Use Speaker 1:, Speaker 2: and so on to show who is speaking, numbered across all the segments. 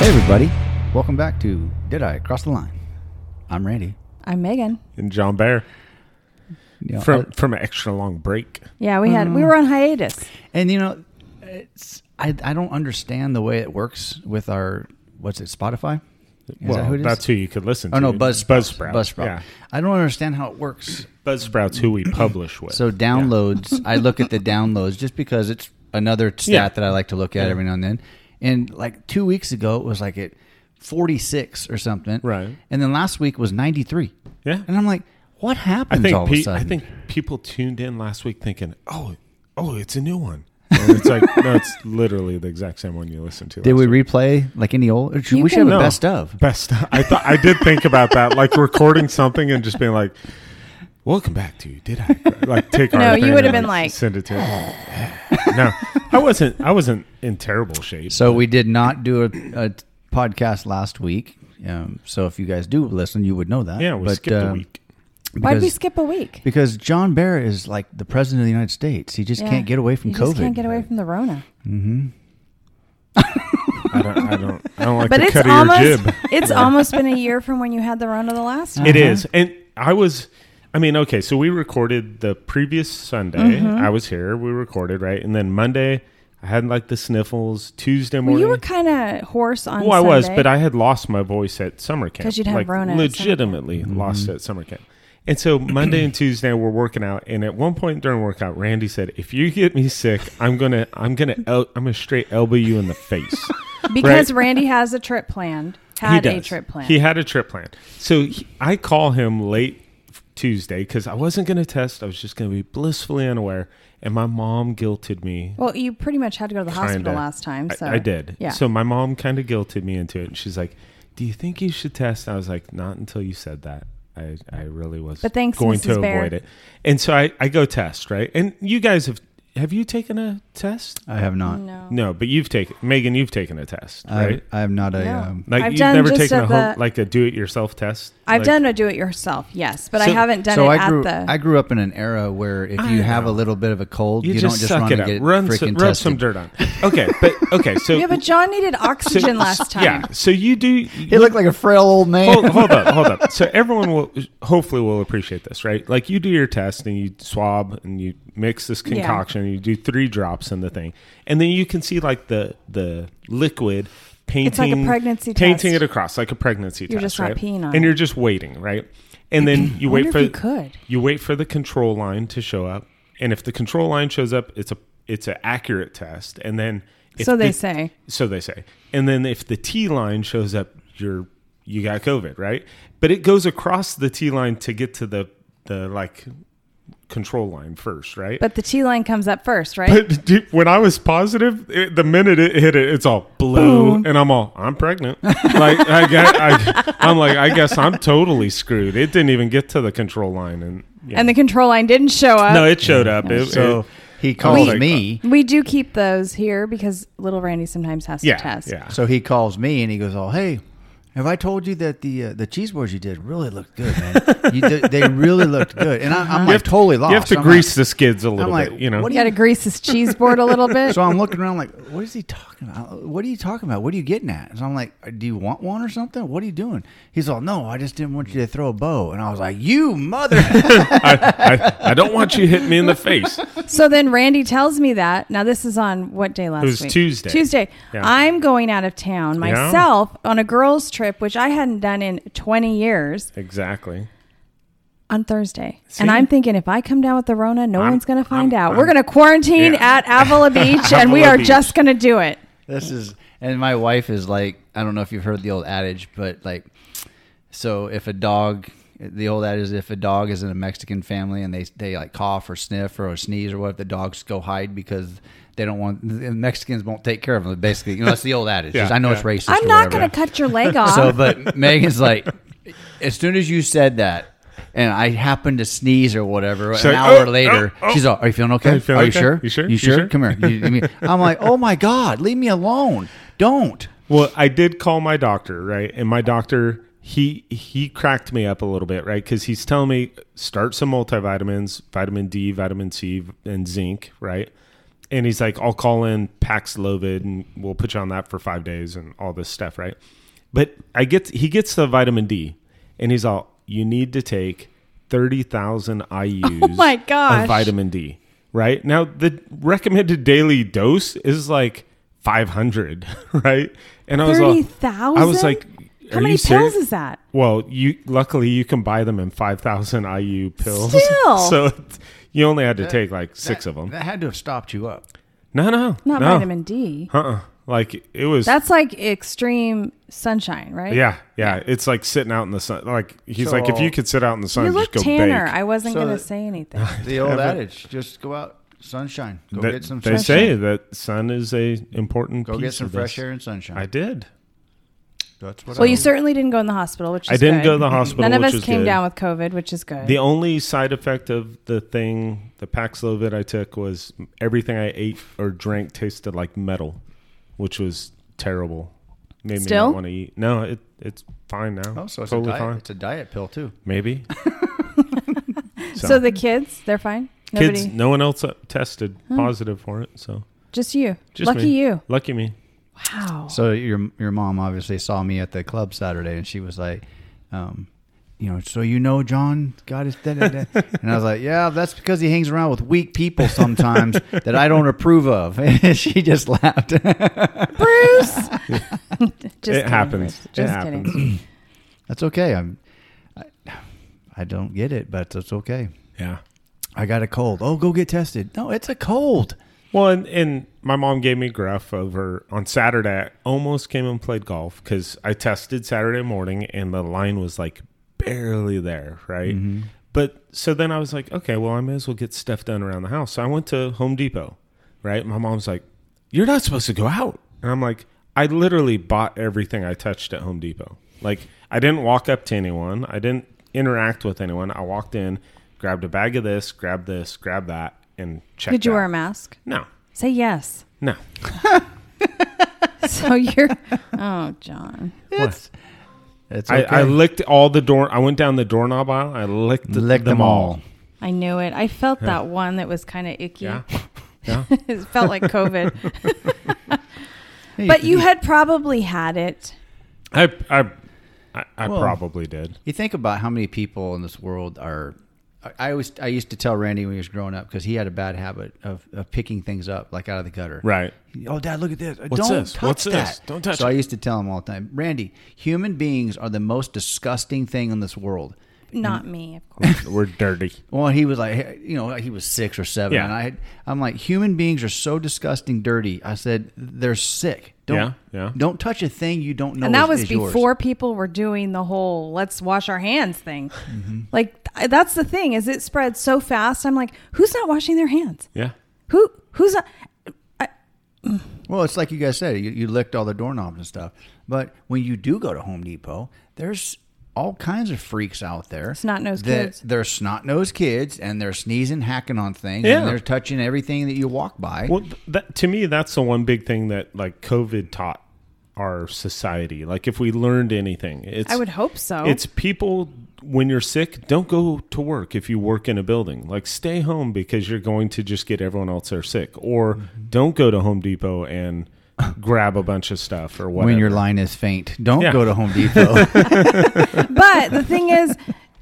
Speaker 1: Hey, everybody. Welcome back to Did I Cross the Line? I'm Randy.
Speaker 2: I'm Megan.
Speaker 3: and John Bear
Speaker 1: You know,
Speaker 3: from from an extra long break.
Speaker 2: Yeah, we had
Speaker 1: Mm.
Speaker 2: we were on hiatus.
Speaker 1: I- and, you know, it's, I, I don't understand the way it works with our, what's it, Spotify? Is
Speaker 3: well,
Speaker 1: that who it is?
Speaker 3: that's who you could listen
Speaker 1: Oh,
Speaker 3: to.
Speaker 1: no, Buzz
Speaker 3: Buzzsprout.
Speaker 1: Buzzsprout.
Speaker 3: Yeah.
Speaker 1: I don't understand how it works.
Speaker 3: Buzzsprout's who we publish with.
Speaker 1: So downloads, I look at the downloads just because it's another stat
Speaker 3: Yeah.
Speaker 1: that I like to look at every now and then. And like two weeks ago, it was like at 46 or something.
Speaker 3: Right.
Speaker 1: And then last week was 93.
Speaker 3: Yeah.
Speaker 1: And I'm like, what
Speaker 3: I
Speaker 1: happens all
Speaker 3: think
Speaker 1: of a
Speaker 3: pe-
Speaker 1: sudden?
Speaker 3: I think people tuned in last week thinking, "Oh, oh, it's a new one." And it's like no, it's literally the exact same one you listened to.
Speaker 1: Did
Speaker 3: last
Speaker 1: we
Speaker 3: week.
Speaker 1: replay like any old? Or should,
Speaker 2: You
Speaker 1: we should have
Speaker 2: can-
Speaker 1: a
Speaker 3: No.
Speaker 1: best of.
Speaker 3: Best. I thought I did think about that, like recording something and just being like, "Welcome back to Did I?" Like take our
Speaker 2: No, you
Speaker 3: thing
Speaker 2: would've
Speaker 3: and
Speaker 2: been like-
Speaker 3: send it to. no, I wasn't. I wasn't in terrible shape.
Speaker 1: So we did not do a, a podcast last week. Um, so if you guys do listen, you would know that.
Speaker 3: yeah, we
Speaker 1: But,
Speaker 3: skipped
Speaker 1: uh,
Speaker 3: a week.
Speaker 2: Why'd we
Speaker 1: because-
Speaker 2: skip a week?
Speaker 1: Because John Bear is like the president of the United States. He just
Speaker 2: Yeah.
Speaker 1: can't get away from
Speaker 2: you
Speaker 1: COVID.
Speaker 2: Just can't get away from the Rona.
Speaker 3: I don't. I don't. I don't like
Speaker 2: But
Speaker 3: the
Speaker 2: it's
Speaker 3: cut of your
Speaker 2: almost
Speaker 3: jib.
Speaker 2: it's almost been a year from when you had the Rona the last time.
Speaker 3: It is. And I was, I mean, okay, so we recorded the previous Sunday.
Speaker 2: Mm-hmm.
Speaker 3: I was here. We recorded, right? And then Monday, I had like the sniffles. Tuesday
Speaker 2: Well,
Speaker 3: morning.
Speaker 2: you were kind of hoarse on.
Speaker 3: well, I was, but I had lost my voice at summer camp.
Speaker 2: 'Cause you'd had
Speaker 3: like,
Speaker 2: Rona at summer camp.
Speaker 3: Legitimately lost it at summer camp. And so Monday and Tuesday we're working out, and at one point during workout, Randy said, "If you get me sick, I'm gonna, I'm gonna, el- I'm gonna straight elbow you in the face."
Speaker 2: because
Speaker 3: right.
Speaker 2: Randy has a trip planned. Had a trip planned.
Speaker 3: He had a trip plan. So he, I call him late f- Tuesday because I wasn't going to test. I was just going to be blissfully unaware. And my mom guilted me.
Speaker 2: well, you pretty much had to go to the hospital
Speaker 3: kinda.
Speaker 2: last time.
Speaker 3: I-
Speaker 2: So
Speaker 3: I, did.
Speaker 2: Yeah.
Speaker 3: So my mom kind of guilted me into it. And she's like, "Do you think you should test?" And I was like, "Not until you said that." I, I really was
Speaker 2: But thanks,
Speaker 3: going
Speaker 2: Mrs.
Speaker 3: to
Speaker 2: Bear.
Speaker 3: avoid it. And so I, I go test, right? And you guys have have you taken a test?
Speaker 1: I have not.
Speaker 2: no.
Speaker 3: No, but you've taken Megan, you've taken a test,
Speaker 1: I,
Speaker 3: right?
Speaker 1: I have not a.
Speaker 2: No.
Speaker 1: Um,
Speaker 3: Like
Speaker 2: I've
Speaker 3: you've
Speaker 2: done
Speaker 3: never
Speaker 2: just
Speaker 3: taken
Speaker 2: at
Speaker 3: a home,
Speaker 2: the-
Speaker 3: like a do-it-yourself test.
Speaker 2: I've
Speaker 3: Like-
Speaker 2: done a do it yourself, yes, but I
Speaker 3: So-
Speaker 2: haven't done
Speaker 1: so
Speaker 2: it
Speaker 1: I grew.
Speaker 2: at the.
Speaker 1: I grew up in an era where if you have a little bit of a cold, you, don't just
Speaker 3: suck
Speaker 1: run
Speaker 3: it
Speaker 1: and
Speaker 3: up.
Speaker 1: get
Speaker 3: Run
Speaker 1: freaking
Speaker 3: some, rub
Speaker 1: tested.
Speaker 3: some dirt on. Okay, but okay, so
Speaker 2: yeah, but John needed
Speaker 3: so-
Speaker 2: oxygen last time.
Speaker 3: Yeah, so you do.
Speaker 1: He looked like a frail old man.
Speaker 3: hold, hold up, hold up. So everyone will hopefully will appreciate this, right? Like you do your test and you swab and you mix this
Speaker 2: Yeah.
Speaker 3: concoction. And you do three drops in the thing, and then you can see like the the liquid painting.
Speaker 2: like a pregnancy
Speaker 3: painting
Speaker 2: test.
Speaker 3: it across like a pregnancy
Speaker 2: You're
Speaker 3: test.
Speaker 2: just not
Speaker 3: right?
Speaker 2: peeing on
Speaker 3: and
Speaker 2: it.
Speaker 3: you're just waiting, right? And then you wait
Speaker 2: wonder
Speaker 3: for
Speaker 2: if you could.
Speaker 3: you wait for the control line to show up, and if the control line shows up, it's a it's an accurate test, and then if
Speaker 2: So they
Speaker 3: the-
Speaker 2: say.
Speaker 3: so they say. And then if the T line shows up, you're you got COVID, right? But it goes across the T line to get to the the like control line first, right?
Speaker 2: But the T line comes up first, right?
Speaker 3: But dude, when I was positive, it, the minute it hit it, it's all blue, and I'm all, I'm pregnant. like I, got, I, I'm like, I guess I'm totally screwed. It didn't even get to the control line, and yeah.
Speaker 2: and the control line didn't show up.
Speaker 3: no, it showed up. It-
Speaker 1: so
Speaker 3: it-
Speaker 1: he calls
Speaker 3: Wait.
Speaker 1: me.
Speaker 2: we do keep those here because little Randy sometimes has
Speaker 3: yeah,
Speaker 2: to test.
Speaker 3: yeah.
Speaker 1: So he calls me and he goes, "Oh, hey." Have I told you that the uh, the cheese boards you did really looked good, man? You, they, they really looked good, and I, I'm like
Speaker 3: have to-
Speaker 1: totally lost.
Speaker 3: you have to
Speaker 1: I'm
Speaker 3: grease the skids a
Speaker 1: like, I'm
Speaker 3: little
Speaker 1: like,
Speaker 3: bit, you know.
Speaker 1: what do
Speaker 2: You got to grease his cheese board a little bit.
Speaker 1: so I'm looking around like, what is he talking about? What are you talking about? What are you getting at? So I'm like, do you want one or something? What are you doing? He's all, no, I just didn't want you to throw a bow. And I was like, you mother.
Speaker 3: I, I, I don't want you hitting me in the face.
Speaker 2: So then Randy tells me that. Now this is on what day last
Speaker 3: It was
Speaker 2: week?
Speaker 3: Tuesday.
Speaker 2: Tuesday.
Speaker 3: Yeah.
Speaker 2: I'm going out of town myself on a girls trip, which I hadn't done in 20 years.
Speaker 3: Exactly.
Speaker 2: On Thursday,
Speaker 3: See?
Speaker 2: and I'm thinking if I come down with the Rona, no
Speaker 3: I'm-
Speaker 2: one's going to find
Speaker 3: I'm-
Speaker 2: out.
Speaker 3: I'm-
Speaker 2: We're going to quarantine
Speaker 3: Yeah.
Speaker 2: at Avila Beach, and we
Speaker 3: Avila
Speaker 2: are
Speaker 3: Beach.
Speaker 2: just going to do it.
Speaker 1: this is, and my wife is like, I don't know if you've heard the old adage, but like, so if a dog, the old adage is if a dog is in a Mexican family and they, they like cough or sniff or sneeze or what, the dogs go hide because they don't want, the Mexicans won't take care of them. Basically, you know, that's the old adage.
Speaker 3: Yeah,
Speaker 1: I know it's
Speaker 3: yeah.
Speaker 1: racist.
Speaker 2: I'm
Speaker 1: or
Speaker 2: not
Speaker 1: whatever.
Speaker 2: going to cut your leg off.
Speaker 1: So, but Megan's like, as soon as you said that, and I happened to sneeze or whatever,
Speaker 3: She's
Speaker 1: an
Speaker 3: like,
Speaker 1: hour
Speaker 3: "Oh,
Speaker 1: later,
Speaker 3: oh, oh."
Speaker 1: she's all, "Are you feeling okay?
Speaker 3: Are you feeling
Speaker 1: Are you
Speaker 3: okay?
Speaker 1: sure?
Speaker 3: You sure?
Speaker 1: You
Speaker 3: You
Speaker 1: sure?
Speaker 3: sure?"
Speaker 1: Come here." You- you mean- I'm like, "Oh my god, leave me alone! Don't."
Speaker 3: Well, I did call my doctor, right? And my doctor, he he cracked me up a little bit, right? Because he's telling me start some multivitamins, vitamin D, vitamin C, and zinc, right? and he's like, I'll call in Paxlovid and we'll put you on that for five days and all this stuff, right? But I get he gets the vitamin D, and he's all, you need to take thirty thousand IU's
Speaker 2: Oh my gosh.
Speaker 3: of vitamin D, right? Now the recommended daily dose is like five hundred, right? And I was all-
Speaker 2: Thirty thousand.
Speaker 3: I was like,
Speaker 2: how
Speaker 3: are
Speaker 2: many
Speaker 3: you serious?
Speaker 2: pills is that?
Speaker 3: Well, you luckily you can buy them in five thousand IU pills.
Speaker 2: Still.
Speaker 3: so it's- you only had to take like six of them.
Speaker 1: That had to have stopped you up.
Speaker 3: No, no,
Speaker 2: Not
Speaker 3: no.
Speaker 2: vitamin D.
Speaker 3: Uh-uh. Like it was.
Speaker 2: That's like extreme sunshine, right?
Speaker 3: yeah, yeah. It's like sitting out in the sun. Like he's like, if
Speaker 1: So-
Speaker 3: you could sit out in the sun,
Speaker 2: You
Speaker 3: and
Speaker 2: look
Speaker 3: just go
Speaker 2: tanner.
Speaker 3: bake.
Speaker 2: I wasn't
Speaker 1: So
Speaker 2: gonna
Speaker 1: that-
Speaker 2: say anything.
Speaker 1: The old adage: just go out, sunshine. Go
Speaker 3: That-
Speaker 1: get some.
Speaker 3: they
Speaker 1: sunshine.
Speaker 3: say that sun is a important.
Speaker 1: Go
Speaker 3: piece
Speaker 1: get some
Speaker 3: of
Speaker 1: fresh
Speaker 3: this.
Speaker 1: air and sunshine.
Speaker 3: I did.
Speaker 1: That's what.
Speaker 2: well,
Speaker 1: I
Speaker 2: you certainly didn't go in the hospital, which is
Speaker 3: I didn't
Speaker 2: good.
Speaker 3: go to the hospital.
Speaker 2: None of
Speaker 3: which
Speaker 2: us
Speaker 3: was
Speaker 2: came
Speaker 3: good.
Speaker 2: down with COVID, which is good.
Speaker 3: The only side effect of the thing, the Paxlovid I took, was everything I ate or drank tasted like metal, which was terrible. Made me
Speaker 2: Still?
Speaker 3: not want to eat. No, it it's fine now.
Speaker 1: Oh, so it's
Speaker 3: totally
Speaker 1: a diet.
Speaker 3: fine.
Speaker 1: It's a diet pill too.
Speaker 3: Maybe.
Speaker 2: so. the kids, they're fine. Nobody,
Speaker 3: kids, no one else uh, tested positive for it. So
Speaker 2: just you.
Speaker 3: just
Speaker 2: Lucky
Speaker 3: me.
Speaker 2: you.
Speaker 3: Lucky me.
Speaker 2: Wow.
Speaker 1: So your your mom obviously saw me at the club Saturday, and she was like, um, you know, so you know John got his da, da, da." and I was like, yeah, that's because he hangs around with weak people sometimes that I don't approve of. And she just laughed.
Speaker 2: Bruce. just
Speaker 3: it
Speaker 2: kidding,
Speaker 3: happens.
Speaker 2: Rich. Just
Speaker 3: it happens.
Speaker 2: kidding.
Speaker 1: that's okay. I'm, I, I don't get it, but it's okay.
Speaker 3: Yeah.
Speaker 1: I got a cold. Oh, go get tested. No, it's a cold.
Speaker 3: Well, and, and my mom gave me gruff over on Saturday. I almost came and played golf because I tested Saturday morning and the line was like barely there, right? But so then I was like, okay, well, I may as well get stuff done around the house. So I went to Home Depot, right? My mom's like, you're not supposed to go out. And I'm like, I literally bought everything I touched at Home Depot. Like, I didn't walk up to anyone, I didn't interact with anyone. I walked in, grabbed a bag of this, grabbed this, grabbed that, and checked
Speaker 2: Did you
Speaker 3: out.
Speaker 2: wear a mask?
Speaker 3: No.
Speaker 2: Say yes.
Speaker 3: No.
Speaker 2: So you're. Oh, John.
Speaker 1: It's, it's
Speaker 3: I,
Speaker 1: okay.
Speaker 3: I licked all the door. I went down the doorknob aisle. I licked, th-
Speaker 1: licked them all.
Speaker 2: I knew it. I felt that one that was kind of icky.
Speaker 3: Yeah. Yeah.
Speaker 2: it felt like COVID.
Speaker 1: Hey,
Speaker 2: but you had probably had it.
Speaker 3: I, I, I, I
Speaker 1: Well-
Speaker 3: probably did.
Speaker 1: You think about how many people in this world are. I- I always I used to tell Randy when he was growing up because he had a bad habit of, of picking things up like out of the gutter.
Speaker 3: Right.
Speaker 1: Oh, Dad, look at this.
Speaker 3: What's
Speaker 1: Don't
Speaker 3: this?
Speaker 1: touch
Speaker 3: What's
Speaker 1: that.
Speaker 3: this? Don't touch
Speaker 1: So I
Speaker 3: it.
Speaker 1: used to tell him all the time, Randy, human beings are the most disgusting thing in this world.
Speaker 2: Not me, of course.
Speaker 3: We're dirty.
Speaker 1: Well, he was like, hey, you know, he was six or seven,
Speaker 3: Yeah.
Speaker 1: and I, I'm like, human beings are so disgusting, dirty. I said they're sick. Don't,
Speaker 3: Yeah, yeah.
Speaker 1: Don't touch a thing you don't know.
Speaker 2: and that
Speaker 1: is-
Speaker 2: was
Speaker 1: is yours."
Speaker 2: before people were doing the whole let's wash our hands thing. Like th- that's the thing is it spread so fast. I'm like, who's not washing their hands?
Speaker 3: Yeah.
Speaker 2: Who who's not?
Speaker 1: Well, it's like you guys said, you, you licked all the doorknobs and stuff. But when you do go to Home Depot, there's all kinds of freaks out there.
Speaker 2: Snot-nosed
Speaker 1: that-
Speaker 2: kids.
Speaker 1: They're snot nosed kids and they're sneezing, hacking on things,
Speaker 3: Yeah.
Speaker 1: and they're touching everything that you walk by.
Speaker 3: Well, th- that, to me, that's the one big thing that like COVID taught our society. Like, if we learned anything, it's
Speaker 2: I would hope so.
Speaker 3: It's people when you're sick, don't go to work if you work in a building. Like stay home because you're going to just get everyone else there sick. Or don't go to Home Depot and grab a bunch of stuff or whatever.
Speaker 1: when your line is faint, don't
Speaker 3: Yeah.
Speaker 1: go to Home Depot.
Speaker 2: but the thing is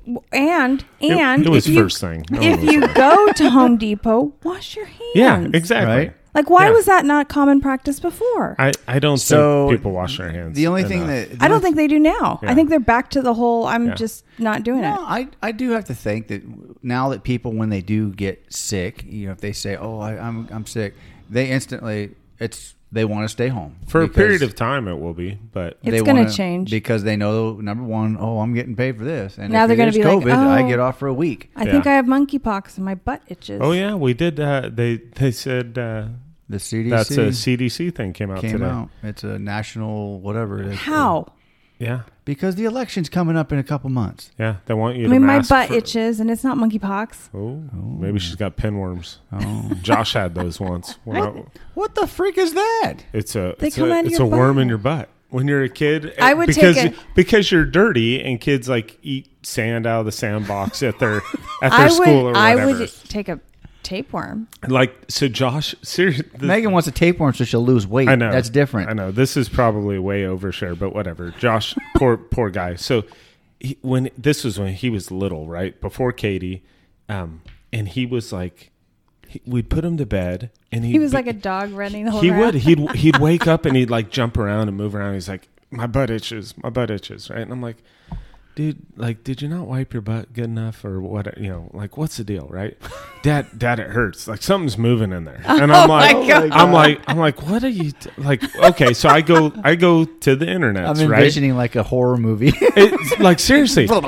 Speaker 2: w- and and
Speaker 3: it was
Speaker 2: if you,
Speaker 3: first thing. No one
Speaker 2: if
Speaker 3: was
Speaker 2: you
Speaker 3: first.
Speaker 2: go to Home Depot, wash your hands.
Speaker 3: yeah, exactly.
Speaker 1: Right?
Speaker 2: Like why
Speaker 3: Yeah.
Speaker 2: was that not common practice before? I,
Speaker 3: I, I don't
Speaker 1: So,
Speaker 3: think people wash their hands.
Speaker 1: the only thing
Speaker 3: enough.
Speaker 1: that
Speaker 2: don't think they do now.
Speaker 3: Yeah.
Speaker 2: I think they're back to the whole I'm
Speaker 3: Yeah.
Speaker 2: just not doing
Speaker 1: No,
Speaker 2: it.
Speaker 1: I, I do have to think that now that people when they do get sick, you know, if they say, "Oh, I, I'm I'm sick," they instantly it's they want to stay home
Speaker 3: for a
Speaker 1: because-
Speaker 3: period of time it will be, but
Speaker 2: It's
Speaker 1: they
Speaker 2: gonna
Speaker 1: wanna-
Speaker 2: change.
Speaker 1: because they know number one, oh, I'm getting paid for this, and
Speaker 2: Now
Speaker 1: if
Speaker 2: they're gonna
Speaker 1: there's
Speaker 2: be like,
Speaker 1: COVID, I
Speaker 2: oh.
Speaker 1: get off for a week.
Speaker 2: I think
Speaker 3: Yeah.
Speaker 2: I have monkeypox and my butt itches.
Speaker 3: oh yeah, we did. Uh, they they said uh,
Speaker 1: The CDC
Speaker 3: that's a CDC thing came out
Speaker 1: came
Speaker 3: today.
Speaker 1: out. It's a national whatever. It is.
Speaker 2: How?
Speaker 3: Yeah,
Speaker 1: Because the election's coming up in a couple months.
Speaker 3: yeah. They want
Speaker 2: I
Speaker 3: you. to
Speaker 2: mean, my
Speaker 3: mask
Speaker 2: butt
Speaker 3: for-
Speaker 2: itches, and it's not monkeypox.
Speaker 3: Oh, maybe she's got pinworms.
Speaker 1: Oh.
Speaker 3: Josh had those once. When I-
Speaker 1: what the freak is that?
Speaker 3: it's a
Speaker 2: They
Speaker 3: it's
Speaker 2: come
Speaker 3: a,
Speaker 2: out of
Speaker 3: it's
Speaker 2: your
Speaker 3: a worm
Speaker 2: butt.
Speaker 3: in your butt when you're a kid. eh,
Speaker 2: I would take
Speaker 3: because
Speaker 2: a-
Speaker 3: because you're dirty and kids like eat sand out of the sandbox at their at their
Speaker 2: I
Speaker 3: school
Speaker 2: would,
Speaker 3: or whatever.
Speaker 2: I would take a tapeworm.
Speaker 3: Like so, Josh. Seriously,
Speaker 1: Megan wants a tapeworm so she'll lose weight.
Speaker 3: I know
Speaker 1: That's different.
Speaker 3: I know this is probably way overshare, but whatever. Josh, poor poor guy. So he, when this was when he was little, right before Katie, um, and he was like, he, we'd put him to bed, and he
Speaker 2: He was like a dog running the whole.
Speaker 3: he
Speaker 2: route.
Speaker 3: would he'd he'd wake up and he'd like jump around and move around. He's like, my butt itches, my butt itches, right? And I'm like, dude, like, did you not wipe your butt good enough or what? You know, like, what's the deal, right? dad, dad, it hurts. Like something's moving in there, and I'm like,
Speaker 2: Oh God.
Speaker 3: I'm like, I'm like, what are you t- like? Okay, so I go, I go to the internet,
Speaker 1: I'm
Speaker 3: right?
Speaker 1: envisioning like a horror movie.
Speaker 3: It's, like seriously, so,